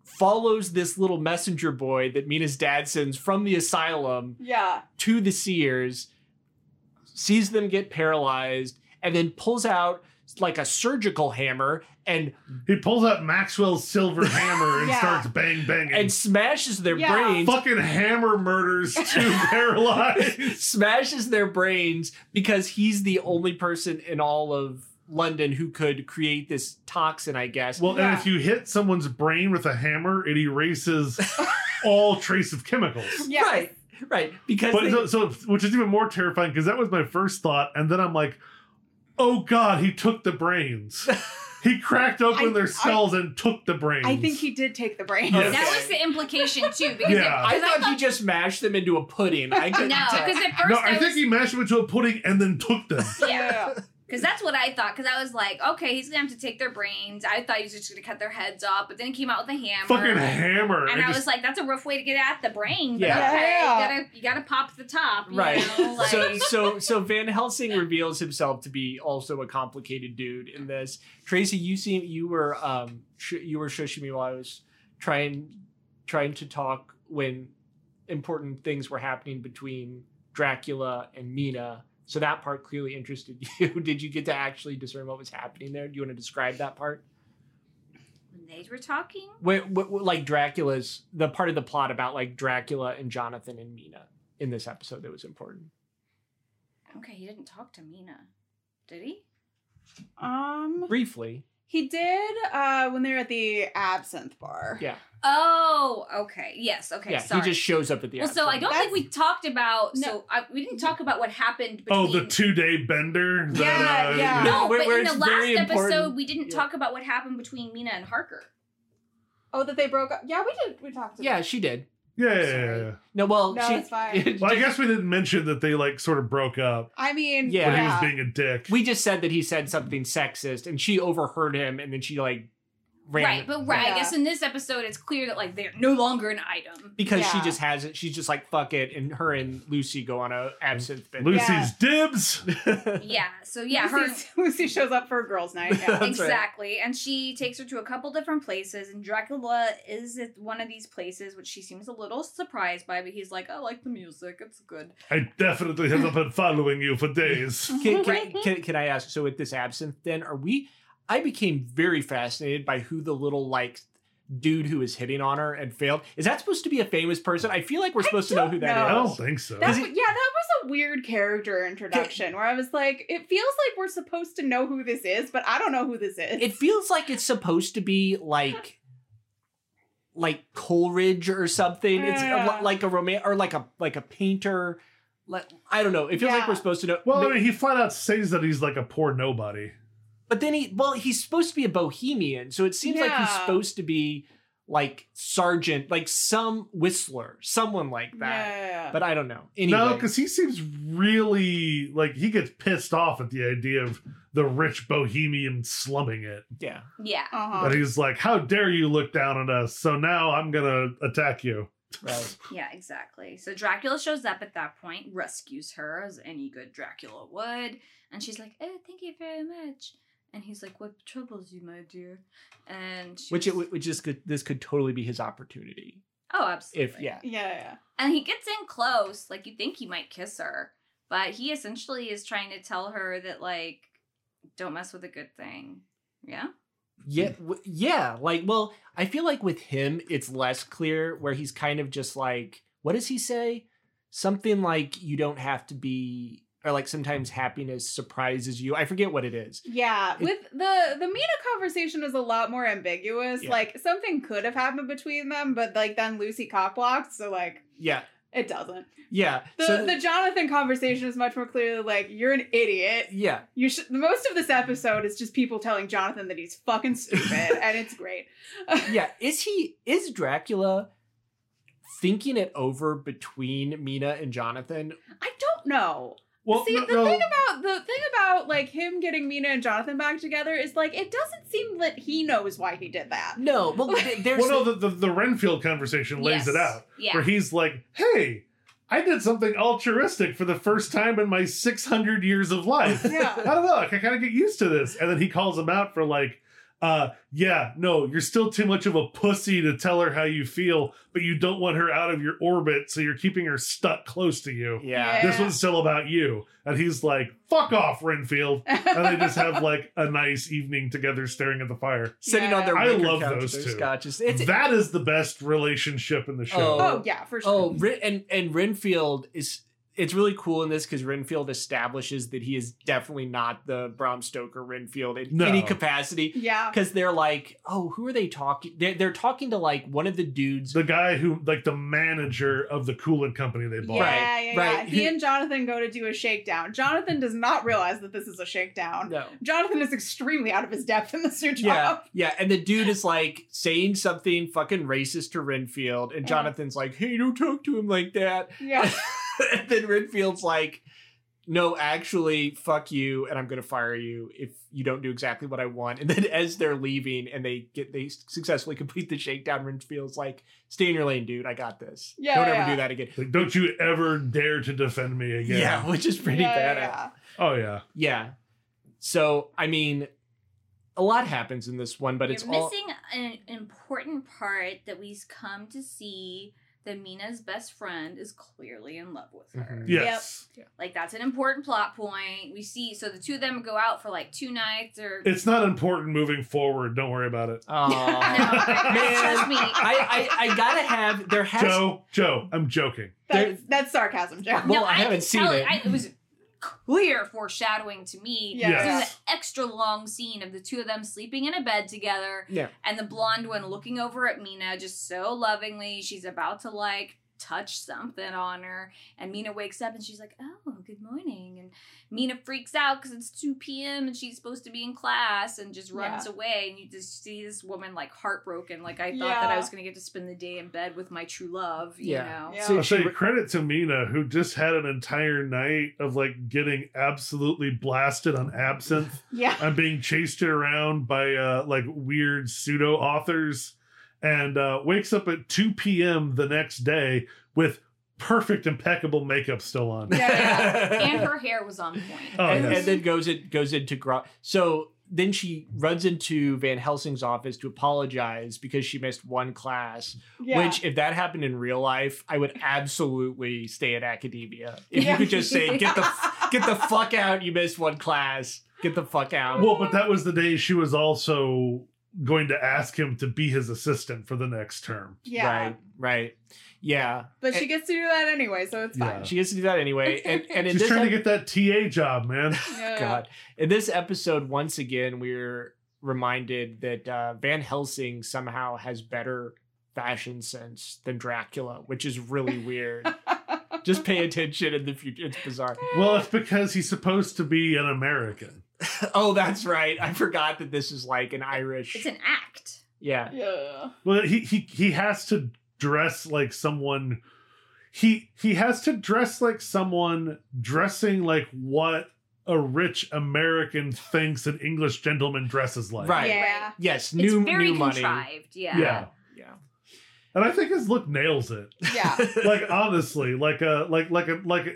A: follows this little messenger boy that Mina's dad sends from the asylum
D: Yeah.
A: to the seers, sees them get paralyzed, and then pulls out like a surgical hammer and
C: He pulls out Maxwell's silver hammer and
D: Yeah.
C: starts bang banging.
A: and smashes their
D: Yeah.
A: brains.
C: fucking hammer murders two paralyzed.
A: smashes their brains because he's the only person in all of London who could create this toxin, I guess.
C: Well, and
D: Yeah.
C: if you hit someone's brain with a hammer, it erases all trace of chemicals.
D: Yeah.
A: Right, right. Because
C: But
A: they-
C: so, so, which is even more terrifying because that was my first thought, and then I'm like, oh god, he took the brains. he cracked open
D: I-
C: their
D: I-
C: skulls and took the brains.
D: I think he did take the brain.
C: Yeah.
B: That was the implication too, because
C: Yeah.
A: I
B: it, 'cause I
A: thought he just mashed them into a pudding. I
B: thought,
A: couldn't
B: no,
A: tell.
B: because at first
C: No,
B: I,
C: I
B: was,
C: think he mashed them into a pudding and then took them.
B: yeah, Because that's what I thought. Because I was like, okay, he's gonna have to take their brains. I thought he was just gonna cut their heads off, but then he came out with a hammer.
C: Fucking hammer.
B: and
C: It
B: I
C: just-
B: was like, that's a rough way to get at the brain. But
A: Yeah.
B: okay,
D: Yeah.
B: you gotta you gotta pop the top, you
A: Right.
B: Know? Like,
A: so so so Van Helsing reveals himself to be also a complicated dude in this. Tracy, you seem you were um sh- you were shushing me while I was trying trying to talk when important things were happening between Dracula and Mina. So that part clearly interested you. Did you get to actually discern what was happening there? Do you want to describe that part?
B: when they were talking.
A: Wh- wh- wh- like Dracula's the part of the plot about like Dracula and Jonathan and Mina in this episode that was important.
B: Okay, he didn't talk to Mina, did he?
D: Um,
A: Briefly,
D: he did uh when they were at the absinthe bar.
A: yeah.
B: Oh, okay. Yes. Okay.
A: yeah,
B: sorry.
A: he just shows up at the
B: well,
A: end.
B: so I don't think we talked about.
D: No.
B: So I, we didn't talk about what happened. Between,
C: oh, the two day bender? Is
D: Yeah, yeah.
B: No,
A: Where-
B: but
A: where
B: in the
A: it's
B: last
A: very
B: episode,
A: important-
B: we didn't
A: yeah.
B: talk about what happened between Mina and Harker.
D: Oh, that they broke up. Yeah, we did. We talked.
A: Yeah,
D: About
A: she did.
C: Yeah, yeah, yeah,
A: Sorry.
C: yeah.
A: No, well,
D: No,
A: she,
D: it's fine.
C: Well, I guess we didn't mention that they like sort of broke up
D: I mean,
A: Yeah.
C: when
A: But
C: he was being a dick.
A: we just said that he said something sexist, and she overheard him, and then she like ran
B: Right, but right. I
D: Yeah.
B: guess in this episode, it's clear that like they're no longer an item.
A: because she
D: Yeah.
A: just has it. She's just like fuck it, and her and Lucy go on a absinthe binge.
C: Lucy's dibs.
B: Yeah. So yeah, her
D: Lucy, Lucy shows up for a girls' night. Yeah.
A: That's right.
B: exactly, and she takes her to a couple different places, and Dracula is at one of these places, which she seems a little surprised by, but he's like, "I like the music; it's good."
C: I definitely have been following you for days.
A: can, can,
B: Right.
A: can, can I ask? So with this absinthe, then are we? I became very fascinated by who the little like dude who was hitting on her and failed. Is that supposed to be a famous person? I feel like we're supposed to know
D: don't
A: who
C: I
A: that
D: know.
A: is.
C: don't think so.
D: That, wa- yeah, that was a weird character introduction where I was like, it feels like we're supposed to know who this is, but I don't know who this is.
A: it feels like it's supposed to be like like Coleridge or something. It's a,
D: Yeah.
A: like a roman or like a like a painter. Like I don't know. It feels like
D: Yeah.
A: we're supposed to know.
C: Well, I
A: but,
C: mean, he flat out says that he's like a poor nobody.
A: but then he well he's supposed to be a bohemian, so it seems like he's
D: Yeah.
A: supposed to be like sergeant, like some whistler, someone like that.
D: Yeah.
A: But I don't know. Anyway,
C: No, because he seems really like he gets pissed off at the idea of the rich bohemian slumming it.
A: yeah,
B: Yeah.
D: uh-huh.
C: But he's like, "How dare you look down on us? So now I'm gonna attack you."
A: right.
B: Yeah, exactly. So Dracula shows up at that point, rescues her as any good Dracula would, and she's like, "Oh, thank you very much." And he's like, "What troubles you, my dear?" And she
A: which it,
B: was-
A: which is could this could totally be his opportunity
B: oh, absolutely.
A: if yeah.
D: yeah, yeah.
B: And he gets in close, like you think he might kiss her, but he essentially is trying to tell her that like, don't mess with a good thing. Yeah.
A: Yeah,
C: Mm.
A: w- yeah. Like, well, I feel like with him, it's less clear where he's kind of just like, what does he say? Something like you don't have to be, or like sometimes happiness surprises you. I forget what it is.
D: Yeah,
A: It-
D: with the the Mina conversation is a lot more ambiguous.
A: Yeah.
D: Like something could have happened between them, but like then Lucy cockblocked, so like
A: Yeah,
D: it doesn't.
A: yeah.
D: The
A: so,
D: the Jonathan conversation is much more clearly like you're an idiot.
A: yeah,
D: You should. Most of this episode is just people telling Jonathan that he's fucking stupid, and it's great.
A: yeah. Is he is Dracula thinking it over between Mina and Jonathan?
D: I don't know.
C: Well,
D: See,
C: no,
D: the
C: no,
D: thing about the thing about like him getting Mina and Jonathan back together is like it doesn't seem that he knows why he did that.
A: No, well, th- there's
C: well, no, the, the the Renfield conversation lays it
B: Yes.
C: out.
B: Yeah.
C: where he's like, "Hey, I did something altruistic for the first time in my 600 years of life.
D: Yeah.
C: I don't know, like, I kind of get used to this." And then he calls him out for like, uh, yeah, no, you're still too much of a pussy to tell her how you feel, but you don't want her out of your orbit, so you're keeping her stuck close to you.
A: Yeah.
C: This one's still about you. And he's like, fuck off, Renfield. And they just have like a nice evening together staring at the fire.
A: Sitting on their
C: I
A: wicker
C: love
A: couch with
C: those
A: their
C: two.
A: scotches. It's,
C: that is the best relationship in the show.
D: oh yeah, for sure.
A: Oh, Ren- and and Renfield is it's really cool in this because Renfield establishes that he is definitely not the Bram Stoker Renfield in
C: No.
A: any capacity.
D: yeah.
A: Because they're like, oh, who are they talking? They're, they're talking to like one of the dudes.
C: The guy who, like, the manager of the coolant company they bought.
D: Yeah, yeah, yeah.
A: right.
D: He and Jonathan go to do a shakedown. Jonathan does not realize that this is a shakedown.
A: no.
D: Jonathan is extremely out of his depth in this new job.
A: Yeah, yeah, and the dude is like saying something fucking racist to Renfield, and
D: Yeah.
A: Jonathan's like, "Hey, don't talk to him like that."
D: Yeah.
A: and then Renfield's like, no, actually, fuck you, and I'm gonna fire you if you don't do exactly what I want. And then as they're leaving and they get they successfully complete the shakedown, Renfield's like, stay in your lane, dude. I got this.
D: Yeah,
A: Don't
D: yeah,
A: ever
D: yeah.
A: do that again.
C: Like, don't you ever dare to defend me
A: Yeah,
C: again.
A: which is pretty
D: yeah,
A: badass. Yeah.
D: yeah,
C: Oh, yeah.
A: So I mean, a lot happens in this one, but it's
B: You're
A: all
B: missing an important part that we've come to see that Mina's best friend is clearly in love with her.
C: Mm-hmm.
A: Mhm.
C: Yes.
B: Like that's an important plot point. We see so the two of them go out for like two nights or
C: It's not important moving forward. Don't worry about it.
B: no,
A: Aw.
B: I- trust me.
A: I, I I gotta have there has
C: Joe, Joe, I'm joking.
A: There-
D: That's, that's sarcasm, Joe.
A: Well, I
B: can
A: haven't seen
B: tell
A: it.
B: I, it was clear foreshadowing to me.
D: Yeah.
B: This is
C: Yes.
B: an extra long scene of the two of them sleeping in a bed together.
A: Yeah.
B: And the blonde one looking over at Mina just so lovingly. She's about to like touch something on her. And Mina wakes up and she's like, oh, good morning. And Mina freaks out because it's 2 p.m. and she's supposed to be in class and just runs away. And you just see this woman like heartbroken. Like I thought that I
D: Yeah.
B: was going to get to spend the day in bed with my true love. You
A: Yeah.
B: Know?
D: Yeah.
A: So
C: I'll
A: she
C: say credit to Mina, who just had an entire night of like getting absolutely blasted on absinthe
D: Yeah.
C: and being chased around by uh, like weird pseudo authors, and uh, wakes up at 2 p.m. the next day with perfect, impeccable makeup still on.
D: Yeah, yeah.
B: And her hair was on point.
C: Oh,
A: and,
C: yes.
A: and then goes it goes into Gro- so then she runs into Van Helsing's office to apologize because she missed one class.
D: Yeah.
A: Which, if that happened in real life, I would absolutely stay at academia. If you
D: Yeah.
A: could just say, "Get the f- get the fuck out! You missed one class. Get the fuck out."
C: Well, but that was the day she was also going to ask him to be his assistant for the next term.
D: yeah.
A: Right. Right. Yeah.
D: But she gets to do that anyway, so it's fine.
C: Yeah.
A: She gets to do that anyway. And and in
C: She's
A: this
C: trying
A: ep-
C: to get that TA job, man.
D: Yeah.
A: God. In this episode, once again, we're reminded that uh, Van Helsing somehow has better fashion sense than Dracula, which is really weird. Just pay attention in the future. It's bizarre.
C: Well, it's because he's supposed to be an American.
A: Oh, that's right. I forgot that this is like an Irish.
B: It's an act.
A: yeah.
D: Yeah.
C: Well, he he he has to dress like someone. He he has to dress like someone dressing like what a rich American thinks an English gentleman dresses like.
A: Right.
D: Yeah.
A: Yes.
B: it's
A: New
B: very
A: new money.
B: contrived. Yeah.
C: Yeah. And I think his look nails it.
D: Yeah.
C: Like honestly, like a like like a like a,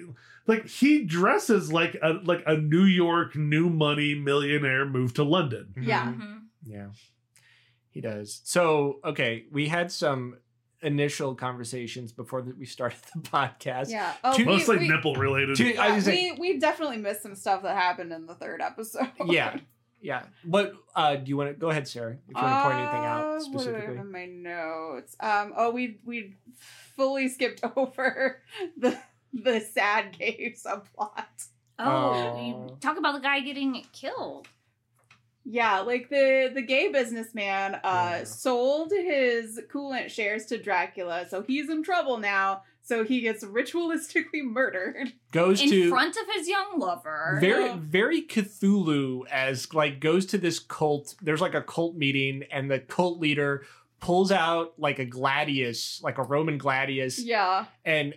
C: like he dresses like a like a New York new money millionaire moved to London.
D: Yeah.
B: Mhm.
A: Mm-hmm. Yeah. He does. So, okay, we had some initial conversations before that we started the podcast.
D: Yeah. Oh,
A: Two-
D: we,
C: Mostly
D: we,
C: nipple related.
A: Two- I
D: yeah,
A: was like-
D: we, we definitely missed some stuff that happened in the third episode.
A: yeah yeah what uh do you want to go ahead sarah if you want to point anything
D: Uh,
A: out
D: What do I
A: specifically
D: have in my notes? Um, oh, we we fully skipped over the the sad cave subplot.
B: Oh,
A: Oh.
B: you talk about the guy getting killed.
D: Yeah, like the the gay businessman uh
A: Oh, Yeah.
D: sold his coolant shares to Dracula, so he's in trouble now. So he gets ritualistically murdered.
A: goes
B: In
A: to
B: front of his young lover.
A: very
D: Yeah.
A: very cthulhu as like goes to this cult there's like a cult meeting and the cult leader pulls out like a gladius like a roman gladius
D: Yeah,
A: and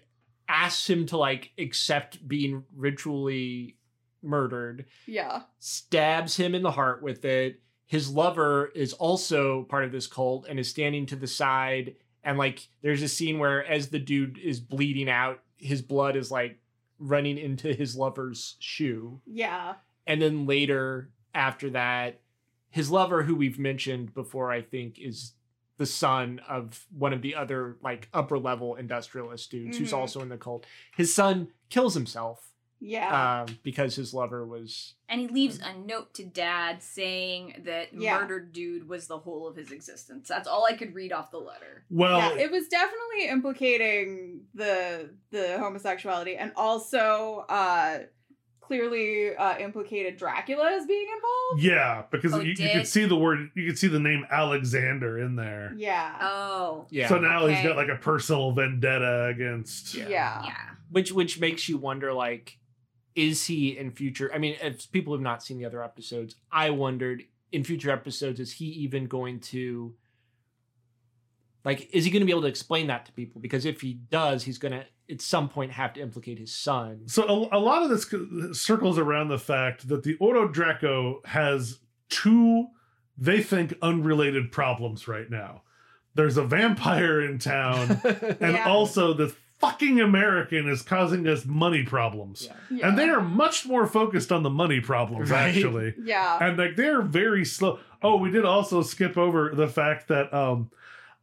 A: asks him to like accept being ritually murdered
D: yeah,
A: stabs him in the heart with it. His lover is also part of this cult and is standing to the side. And like, there's a scene where as the dude is bleeding out, his blood is like running into his lover's shoe.
D: yeah,
A: And then later, after that, his lover, who we've mentioned before, I think is the son of one of the other like upper level industrialist dudes who's
D: Mhm.
A: also in the cult. His son kills himself
D: Yeah.
A: um, because his lover was
B: And he leaves a note to dad saying that
D: Yeah.
B: murdered dude was the whole of his existence. That's all I could read off the letter.
C: Well,
D: yeah, it was definitely implicating the the homosexuality and also uh clearly uh implicated Dracula as being involved.
C: yeah, because
B: Oh,
C: you, you
B: did-
C: could see the word, you could see the name Alexander in there.
D: Yeah.
B: Oh.
A: yeah.
C: So now he's
B: Okay.
C: got like a personal vendetta against.
A: Yeah.
D: yeah.
B: Yeah.
A: which which makes you wonder like is he in future i mean if people have not seen the other episodes i wondered in future episodes is he even going to like is he going to be able to explain that to people because if he does he's going to at some point have to implicate his son
C: So a, a lot of this c- circles around the fact that the Auto Draco has two, they think, unrelated problems right now. There's a vampire in town, and
D: Yeah.
C: also this fucking American is causing us money problems.
A: Yeah.
D: Yeah.
C: And they are much more focused on the money problems,
A: Right.
C: actually.
D: Yeah.
C: And like they're very slow. Oh, we did also skip over the fact that um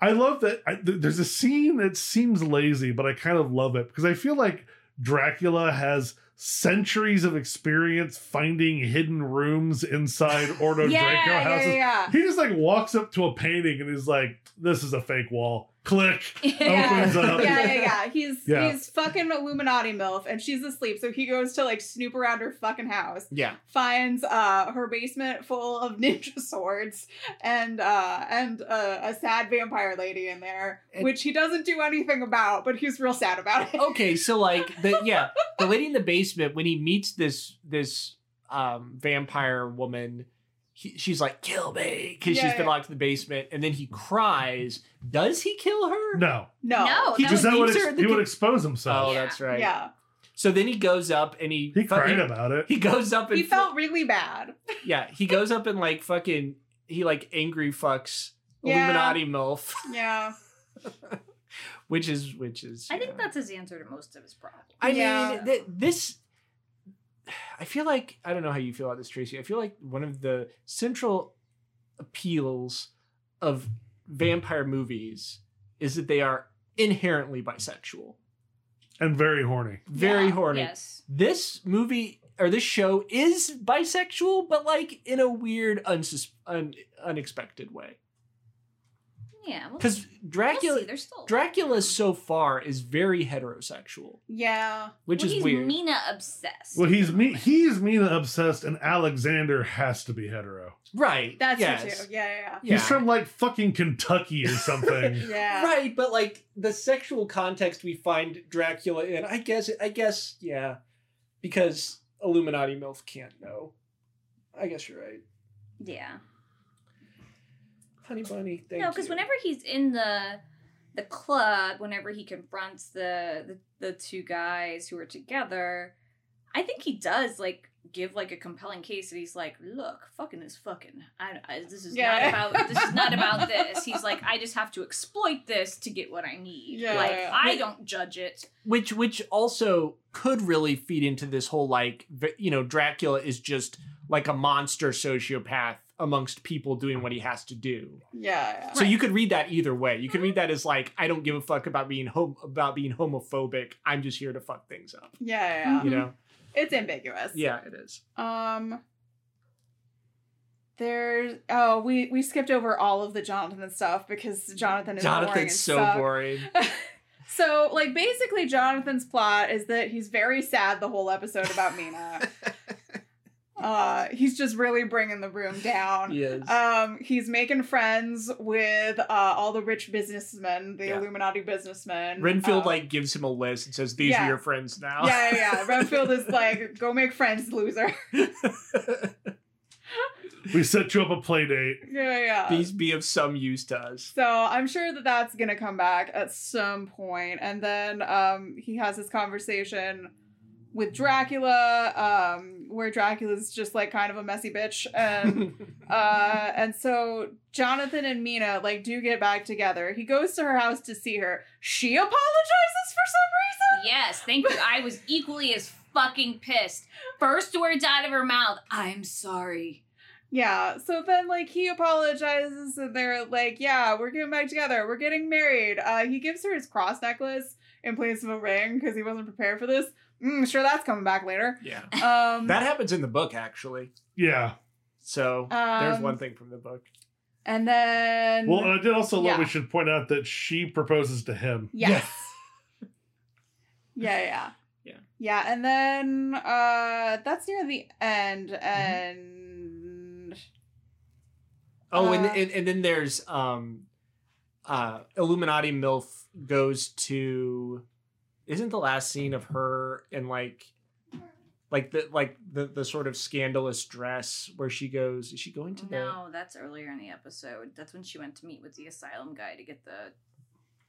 C: I love that I, th- there's a scene that seems lazy, but I kind of love it because I feel like Dracula has centuries of experience finding hidden rooms inside Ordo
D: yeah,
C: Draco
D: yeah,
C: houses.
D: yeah, yeah.
C: He just like walks up to a painting and is like, "This is a fake wall." Click.
A: Oh,
D: Yeah.
C: Opens up.
D: yeah, yeah, yeah. He's
C: Yeah.
D: he's fucking Illuminati milf, and she's asleep. So he goes to like snoop around her fucking house,
A: yeah
D: finds uh her basement full of ninja swords and uh and uh, a sad vampire lady in there,
A: And-
D: which he doesn't do anything about, but he's real sad about it.
A: okay so like the yeah the lady in the basement when he meets this this um vampire woman he, she's like kill me because
D: Yeah,
A: she's been
D: yeah.
A: locked in the basement and then he cries does he kill her
C: No,
D: No.
B: No,
A: He
B: that
C: because
A: just
B: was-
C: that would
A: leaves her
C: ex-
A: in the
C: he would
A: con-
C: expose himself.
A: Oh,
B: Yeah.
A: that's right.
D: Yeah.
A: So then he goes up and he
C: He
A: fu-
C: cried about it.
A: He goes up and
D: He felt really bad.
A: yeah. He goes up and like fucking he like angry fucks
D: Yeah.
A: Illuminati milf,
D: Yeah.
A: which is which is.
B: I think
A: yeah.
B: that's his answer to most of his problems.
A: I
D: Yeah.
A: mean th- this. I feel like I don't know how you feel about this, Tracy. I feel like one of the central appeals of vampire movies is that they are inherently bisexual,
C: and very horny.
A: very
D: Yeah.
A: horny.
B: Yes.
A: this movie or this show is bisexual, but like in a weird, unsus- un- unexpected way.
B: Yeah. Well,
A: Because
B: Dracula,
A: Dracula,
B: they're still
A: Dracula so far is very heterosexual,
D: Yeah.
A: which
B: well,
A: is
B: he's
A: weird.
B: Mina obsessed.
C: Well, he's me. He's Mina obsessed, and Alexander has to be hetero.
A: Right?
D: That's
A: yes.
D: true too. Yeah, yeah,
A: Yeah.
C: He's from like fucking Kentucky or
D: yeah.
C: something.
D: Yeah.
A: Right, but like the sexual context we find Dracula in, I guess, I guess, yeah, because Illuminati milf can't know. I guess you're right,
B: Yeah.
A: honey bunny. Thank
B: no, because
A: you.
B: whenever he's in the the club, whenever he confronts the, the the two guys who are together, I think he does like give like a compelling case that he's like, look, fucking is fucking. I, I- this is
D: Yeah.
B: not about this is not about this. He's like, I just have to exploit this to get what I need.
D: Yeah.
B: like
D: Yeah.
B: I don't judge it.
A: which which also could really feed into this whole like v- you know dracula is just like a monster sociopath amongst people doing what he has to do
D: Yeah.
A: so you could read that either way you could read
B: Mm-hmm.
A: that as like i don't give a fuck about being home about being homophobic i'm just here to fuck things up
D: Yeah. Yeah.
B: Mm-hmm.
A: you
D: yeah.
A: know
D: It's ambiguous.
A: Mm-hmm. yeah it is
D: Um there's oh we we skipped over all of the Jonathan stuff because Jonathan is boring and
A: jonathan's so
D: sucks.
A: boring
D: So like basically Jonathan's plot is that he's very sad the whole episode about Mina. Uh he's just really bringing the room down.
A: yes
D: Um, he's making friends with uh, all the rich businessmen, the
A: Yeah.
D: Illuminati businessmen.
A: renfield
D: Uh,
A: like gives him a list and says these
D: yeah.
A: are your friends now
D: yeah, yeah, yeah. Renfield is like, go make friends, loser.
C: we set you up a play date.
D: yeah, yeah.
A: these be of some use to us
D: So I'm sure that that's gonna come back at some point, and then um, he has his conversation with Dracula, um, where Dracula's just like kind of a messy bitch, and uh, and so Jonathan and Mina like do get back together. He goes to her house to see her. She apologizes for some reason.
B: Yes, thank you. I was equally as fucking pissed. First words out of her mouth, I'm sorry.
D: Yeah. So then like he apologizes and they're like, yeah, we're getting back together. We're getting married. Uh he gives her his cross necklace in place of a ring because he wasn't prepared for this. Mm, sure that's coming back later.
A: Yeah.
D: Um
A: That happens in the book, actually.
C: Yeah.
A: So there's
D: Um,
A: one thing uh, from the book.
D: and then
C: Well, and I did also love.
D: Yeah.
C: We should point out that she proposes to him.
D: Yes. yeah, yeah.
A: Yeah.
D: Yeah, and then uh that's near the end
A: Mm-hmm.
D: and
A: Oh, and,
D: Uh,
A: and and then there's um uh Illuminati MILF goes to isn't the last scene of her in like like the like the the sort of scandalous dress where she goes is she going to
B: No, that's earlier in the episode. That's when she went to meet with the asylum guy to get the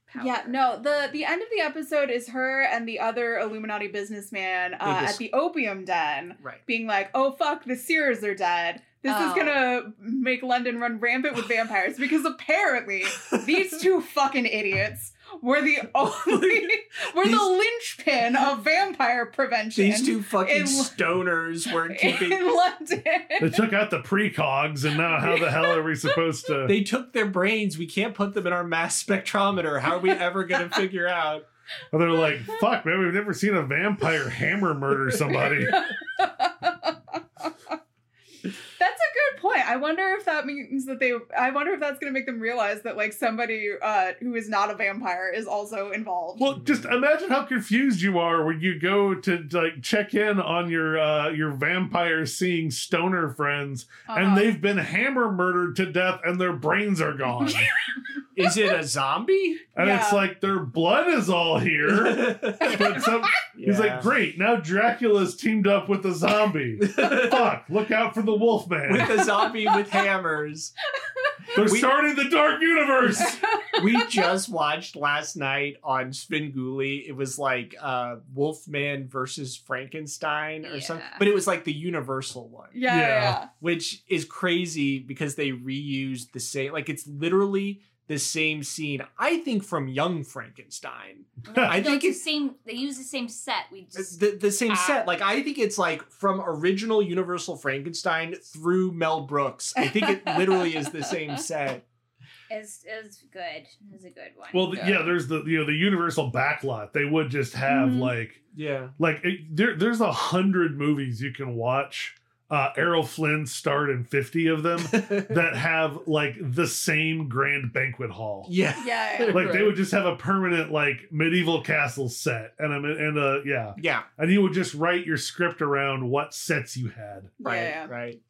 B: powder.
D: Yeah, no, the the end of the episode is her and the other Illuminati businessman uh,
A: just-
D: at the opium den
A: the right
D: being like, "Oh fuck, the Sears are dead. This is
B: Oh.
D: going to make London run rampant with vampires because apparently these two fucking idiots were the only were
A: These-
D: the linchpin of vampire prevention.
A: these two fucking
D: in-
A: stoners were keeping
D: in London.
C: They took out the precogs, and now how the hell are we supposed to?
A: they took their brains we can't put them in our mass spectrometer how are we ever going to figure out
C: And they're like, "Fuck, man, we've never seen a vampire hammer murder somebody."
D: That's a good point. I wonder if that means that they. I wonder if that's going to make them realize that like somebody uh, who is not a vampire is also involved.
C: Well, just imagine how confused you are when you go to like check in on your uh, your vampire seeing stoner friends,
D: Uh-huh.
C: and they've been hammer murdered to death, and their brains are gone,
A: is it a zombie
C: and it's
D: Yeah.
C: like their blood is all here. But some, he's like, "Great, now Dracula's teamed up with a zombie."
A: great
C: Fuck! Look out for the Wolfman.
A: with a zombie with hammers.
C: They're
A: we-
C: starting the Dark Universe.
A: We just watched last night on Svengoolie. It was like uh, Wolfman versus Frankenstein or something,
B: Yeah.
A: but it was like the Universal one,
D: yeah, yeah.
C: Yeah.
A: which is crazy because they reused the same. Like it's literally the same scene. I think from Young Frankenstein.
B: No,
A: I
B: no,
A: think
B: it's the same. They use the same set. We just
A: The, the same
D: Ah.
A: set. Like I think it's like from original Universal Frankenstein through Mel Brooks. I think it literally is the same set.
B: is is good. Is a good one.
C: Well, yeah. there's the you know the Universal backlot. They would just have
D: Mhm.
C: like
A: Yeah.
C: like it, there, there's a hundred movies you can watch. Uh, Errol Flynn starred in 50 of them that have like the same grand banquet hall.
A: yeah.
D: Yeah, yeah.
C: Like they
A: Right.
C: would just have a permanent like medieval castle set, and I'm and uh yeah,
A: Yeah.
C: and you would just write your script around what sets you had.
A: Right.
D: Yeah, yeah.
A: Right.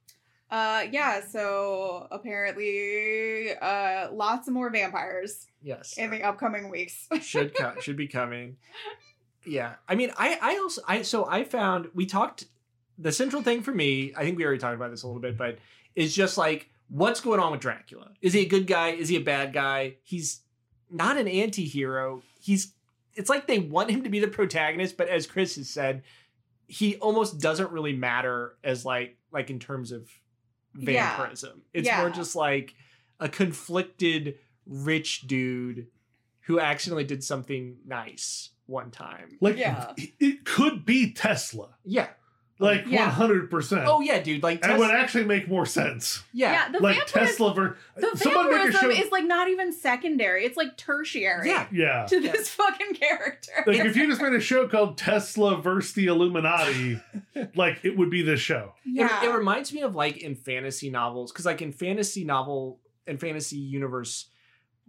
D: Uh, yeah. So apparently, uh, lots of more vampires
A: Yes.
D: in the upcoming weeks.
A: should co- should be coming. Yeah. I mean, I I also I so I found we talked the central thing for me. I think we already talked about this a little bit, but is just like what's going on with Dracula? Is he a good guy? Is he a bad guy? He's not an anti-hero. He's it's like they want him to be the protagonist, but as Chris has said, he almost doesn't really matter as like like in terms of
D: Yeah.
A: vampirism. It's
D: Yeah.
A: more just like a conflicted rich dude who accidentally did something nice one time.
C: Like
D: Yeah.
C: it, it could be Tesla,
A: Yeah.
C: like
D: Yeah.
C: 100. percent
A: Oh yeah, dude. Like
C: That
A: Tesla.
C: would actually make more sense.
A: yeah.
D: the
C: like Tesla, ver-
D: The
C: someone make a
D: vampirism
C: show.
D: is like not even secondary; it's like tertiary
A: Yeah.
C: yeah,
D: to this fucking character.
C: like if you just made a show called Tesla versus the Illuminati, like it would be this show.
A: It-
D: yeah,
A: It, reminds me of like in fantasy novels, because like in fantasy novel and fantasy universe,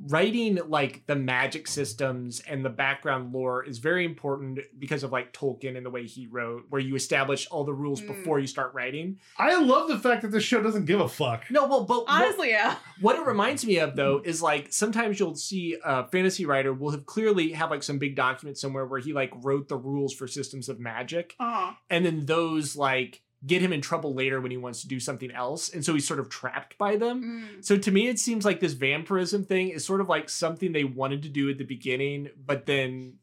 A: writing like the magic systems and the background lore is very important because of like Tolkien and the way he wrote, where you establish all the rules
D: Mm.
A: before you start writing.
C: I love the fact that this show doesn't give a fuck.
A: No, well, but what-
D: honestly, yeah.
A: What it reminds me of though is like sometimes you'll see a fantasy writer will have clearly have like some big document somewhere where he like wrote the rules for systems of magic
D: Uh-huh.
A: and then those like get him in trouble later when he wants to do something else and so he's sort of trapped by
B: Mm-hmm.
A: them.
D: Mm.
A: So to me it seems like this vampirism thing is sort of like something they wanted to do at the beginning but then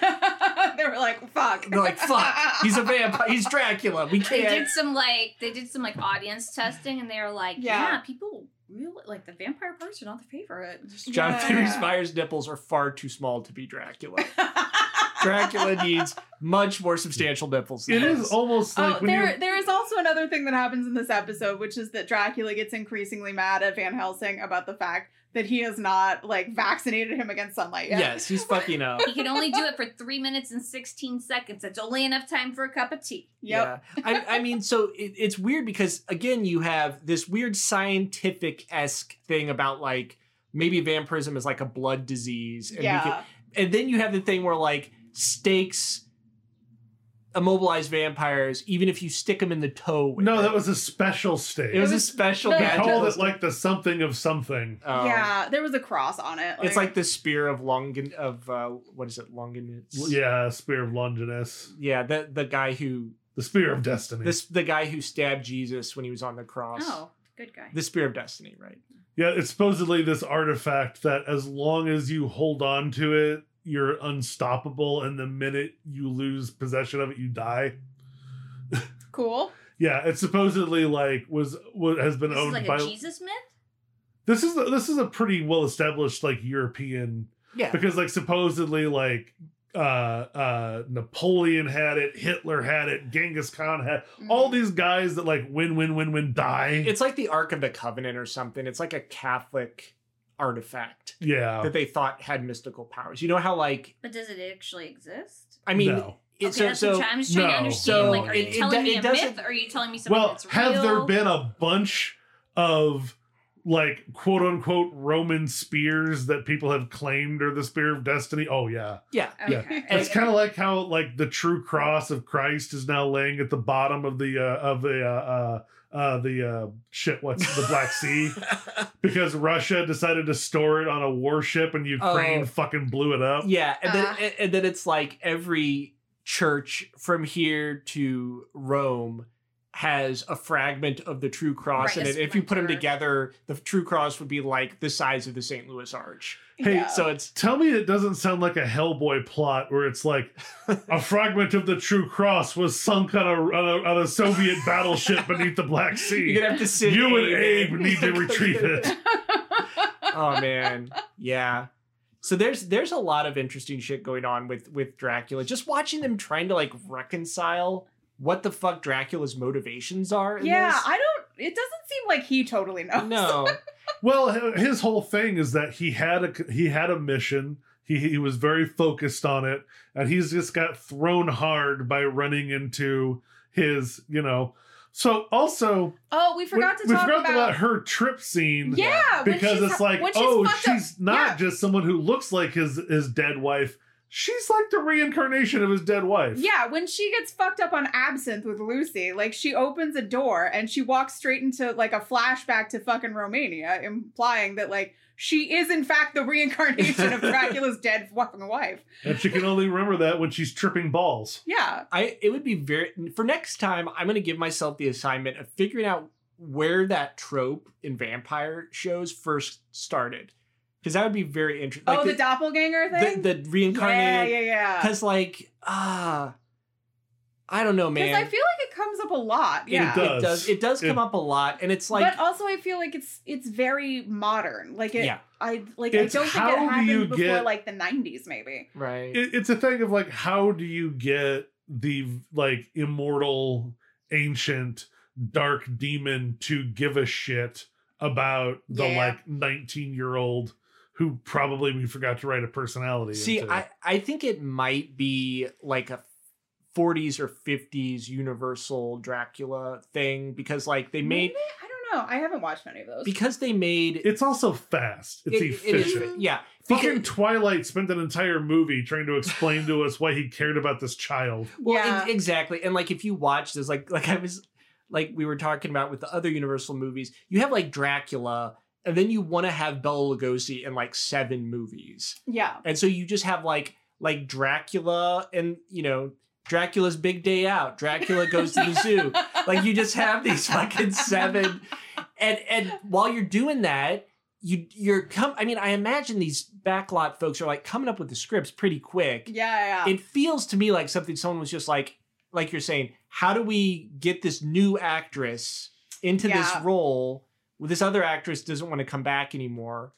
D: they were like, "Fuck!"
A: they're like fuck he's a vampire he's Dracula we
B: they did
A: can't
B: some like they did some like audience testing, and they were like,
D: Yeah.
B: yeah, people really like the vampire parts are not the favorite. Just-
A: Jonathan
D: Yeah.
A: Rhys Meyer's nipples are far too small to be Dracula. Dracula needs much more substantial nipples. than
C: It
A: this.
C: is almost like
D: oh,
C: when
D: there,
C: you
D: there is also another thing that happens in this episode, which is that Dracula gets increasingly mad at Van Helsing about the fact that he has not like vaccinated him against sunlight yet.
A: Yes, he's fucking up.
B: He can only do it for three minutes and 16 seconds. That's only enough time for a cup of tea.
D: Yep.
A: Yeah. I, I mean, so it, it's weird because, again, you have this weird scientific esque thing about like maybe vampirism is like a blood disease. And, we
D: Yeah.
A: can- and then you have the thing where like stakes immobilize vampires, even if you stick them in the toe. With
C: no,
A: it.
C: that was a special state.
A: It was a special
D: No,
C: They
D: yeah,
A: gadget.
C: called it like the something of something.
A: Oh.
D: yeah. There was a cross on it.
A: It's like the spear of Longan of uh, what is it Longinus?
C: Yeah, Spear of Longinus,
A: yeah. The the guy who
C: the Spear of Destiny.
A: this the guy who stabbed Jesus when he was on the cross.
B: Oh, good guy.
A: The spear of destiny, right?
C: Yeah, it's supposedly this artifact that as long as you hold on to it, you're unstoppable, and the minute you lose possession of it, you die.
D: cool.
C: Yeah, it's supposedly like was what has been
B: This is
C: owned
B: like
C: by.
B: a Jesus myth?
C: This is this is a pretty well established like European
A: Yeah.
C: because like supposedly like uh uh Napoleon had it, Hitler had it, Genghis Khan had
D: Mm.
C: all these guys that like win win win win die.
A: Mm-hmm. It's like the Ark of the Covenant or something. It's like a Catholic artifact
C: yeah.
A: that they thought had mystical powers. You know how like
B: But does it actually exist?
A: I mean
C: no.
A: it,
B: okay,
A: so
B: that's
A: so
B: what I'm just trying
C: no.
B: to understand.
A: So
B: like, are you
A: it- it
B: telling
A: do-
B: me
A: it
B: a
A: doesn't-
B: myth? Or are you telling me something
C: Well,
B: that's real?
C: have there been a bunch of like quote unquote Roman spears that people have claimed are the spear of destiny? Oh yeah.
A: yeah.
B: Okay.
C: It's kind of like how like the true cross of Christ is now laying at the bottom of the uh, of the uh, uh, uh, the uh, shit what's the Black Sea because Russia decided to store it on a warship and Ukraine
A: Oh.
C: fucking blew it up.
A: Yeah, and
B: Uh-huh.
D: Uh.
A: then and then it's like every church from here to Rome has a fragment of the true cross
B: Right,
A: in
B: a
A: it. If you put them
B: splinter.
A: together, the true cross would be like the size of the St. Louis Arch.
C: Hey,
D: Yeah.
A: So it's
C: Tell me it doesn't sound like a Hellboy plot where it's like a fragment of the true cross was sunk on a, on a, on a Soviet battleship beneath the Black
A: you're
C: Sea.
A: gonna have to sit.
C: You and Abe need to retrieve it.
A: oh man yeah so there's there's a lot of interesting shit going on with with dracula just watching them trying to like reconcile what the fuck dracula's motivations are in
D: Yeah,
A: this.
D: I don't. It doesn't seem like he totally knows.
A: no
C: Well, h- his whole thing is that he had a he had a mission. He he was very focused on it, and he's just got thrown hard by running into his you know. So also
D: Oh, we forgot
C: we,
D: to
C: we
D: talk
C: forgot
D: about.
C: about, her trip scene.
D: yeah, when
C: because
D: she's-
C: it's like
D: when she's
C: oh
D: fucked up-
C: she's not
D: Yeah.
C: just someone who looks like his his dead wife. She's like the reincarnation of his dead wife.
D: Yeah, when she gets fucked up on absinthe with Lucy, like she opens a door and she walks straight into like a flashback to fucking Romania, implying that like she is in fact the reincarnation of Dracula's dead fucking wife.
C: and she can only remember that when she's tripping balls.
D: Yeah.
A: i it would be very for next time i'm gonna give myself the assignment of figuring out where that trope in vampire shows first started because that would be very interesting
D: oh, the, doppelganger thing.
A: the, the
D: yeah,
A: reincarnated
D: yeah, yeah. Because
A: because like ah i don't know
D: I feel
A: man
D: like it comes up a lot. Yeah.
A: It, does. it
C: does.
A: does. It does come
C: It-
A: up a lot, and it's like,
D: but also, I feel like it's it's very modern. Like it,
A: yeah,
D: I like
C: It's
D: I don't think
C: how
D: it
C: do
D: happened
C: you
D: before
C: get-
D: like the '90s, maybe.
A: right.
C: it, it's a thing of like how do you get the like immortal ancient dark demon to give a shit about the
D: Yeah.
C: like 19 year old who probably we forgot to write a personality
A: See,
C: into.
A: I I think it might be like a 40s or 50s Universal Dracula thing because like they made
D: Maybe? I don't know. I haven't watched any of those.
A: because they made
C: it's also fast it's
A: it- it is-
C: efficient
A: yeah,
C: Fucking Twilight spent an entire movie trying to explain to us why he cared about this child.
A: Well, e-
D: Yeah.
A: exactly. And like if you watch this, like like I was like we were talking about with the other Universal movies, you have like Dracula, and then you want to have Bela Lugosi in like seven movies,
D: yeah.
A: and so you just have like like Dracula and you know Dracula's Big Day Out, Dracula goes to the zoo. like you just have these fucking seven, and and while you're doing that. You you're come. I mean, I imagine these backlot folks are like coming up with the scripts pretty quick,
D: Yeah, yeah.
A: it feels to me like something someone was just like like you're saying how do we get this new actress into this
D: Yeah.
A: role well, this other actress doesn't want to come back anymore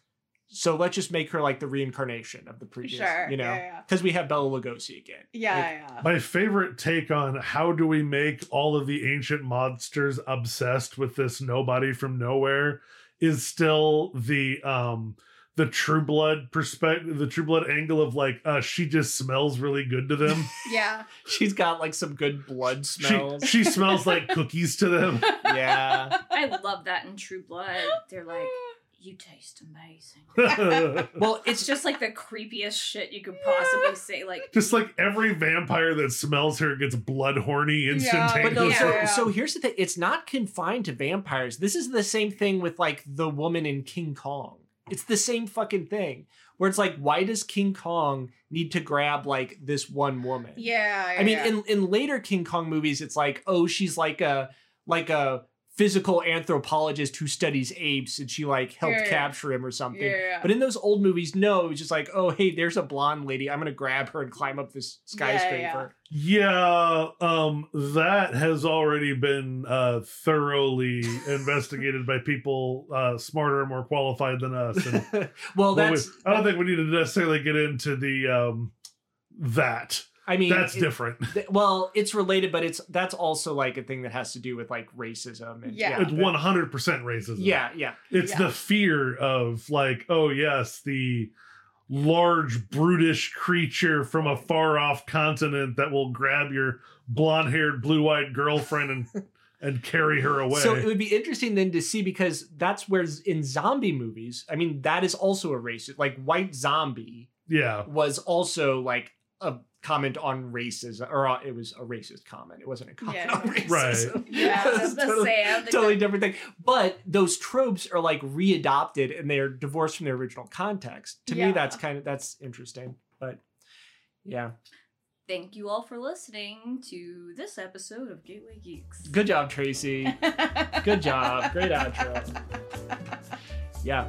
A: So let's just make her like the reincarnation of the previous,
D: Sure.
A: you know,
D: Yeah.
A: because we have Bella Lugosi again.
D: Yeah.
A: Like,
D: yeah.
C: My favorite take on how do we make all of the ancient monsters obsessed with this nobody from nowhere is still the um the true blood perspective the true blood angle of like uh she just smells really good to them.
D: yeah.
A: She's got like some good blood smells.
C: She she smells like cookies to them.
A: yeah.
B: I love that in True Blood. They're like, you taste amazing.
A: Well,
B: It's just like the creepiest shit you could possibly say. Like,
C: just like every vampire that smells her gets blood horny
A: But
C: instantaneously.
A: no,
B: Yeah.
A: so,
D: Yeah.
A: so here's the thing. It's not confined to vampires. This is the same thing with like the woman in King Kong. It's the same fucking thing where it's like, why does King Kong need to grab like this one woman?
D: Yeah.
A: I mean,
D: yeah.
A: in, in later King Kong movies, it's like, oh, she's like a like a physical anthropologist who studies apes and she like helped
D: Yeah, yeah.
A: capture him or something.
D: Yeah, yeah.
A: But in those old movies, no, it was just like, oh, hey, there's a blonde lady. I'm gonna grab her and climb up this
D: Yeah, yeah,
A: skyscraper.
C: Yeah, um, that has already been uh, thoroughly investigated by people uh, smarter and more qualified than us. And,
A: well,
C: well, we-
A: that's
C: I don't think we need to necessarily get into the um, that.
A: I mean
C: That's
A: it-
C: different.
A: th- well, it's related, but it's that's also like a thing that has to do with like racism and
D: Yeah.
A: yeah.
C: It's one hundred percent racism.
A: yeah, yeah.
C: it's
D: Yeah.
C: the fear of like, oh yes, the large brutish creature from a far off continent that will grab your blonde haired, blue eyed girlfriend and and carry her away.
A: So it would be interesting then to see because that's where z- in zombie movies, I mean, that is also a racist. Like White Zombie
C: yeah.
A: was also like a comment on racism, or uh, it was a racist comment. It wasn't a comment
D: Yeah.
A: on racism. Right.
B: yeah, that's the
A: totally,
B: same.
A: totally different thing. But those tropes are like readopted and they're divorced from their original context. To
D: Yeah.
A: me, that's kind of that's interesting. But yeah,
B: Thank you all for listening to this episode of Gateway Geeks.
A: good job, Tracy. Good job. Great outro. Yeah.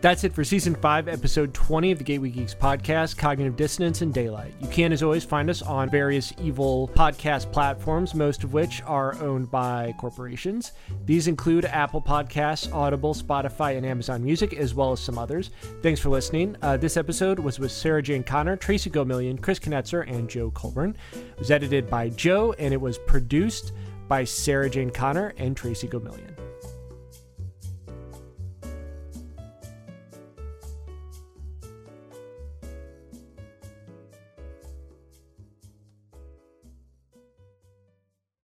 E: That's it for season 5, episode 20 of the Gateway Geeks podcast, Cognitive Dissonance and Daylight. You can, as always, find us on various evil podcast platforms, most of which are owned by corporations. These include Apple Podcasts, Audible, Spotify, and Amazon Music, as well as some others. Thanks for listening. Uh, this episode was with Sarah Jane Connor, Tracy Gomillion, Chris Knetzer, and Joe Colburn. It was edited by Joe, and it was produced by Sarah Jane Connor and Tracy Gomillion.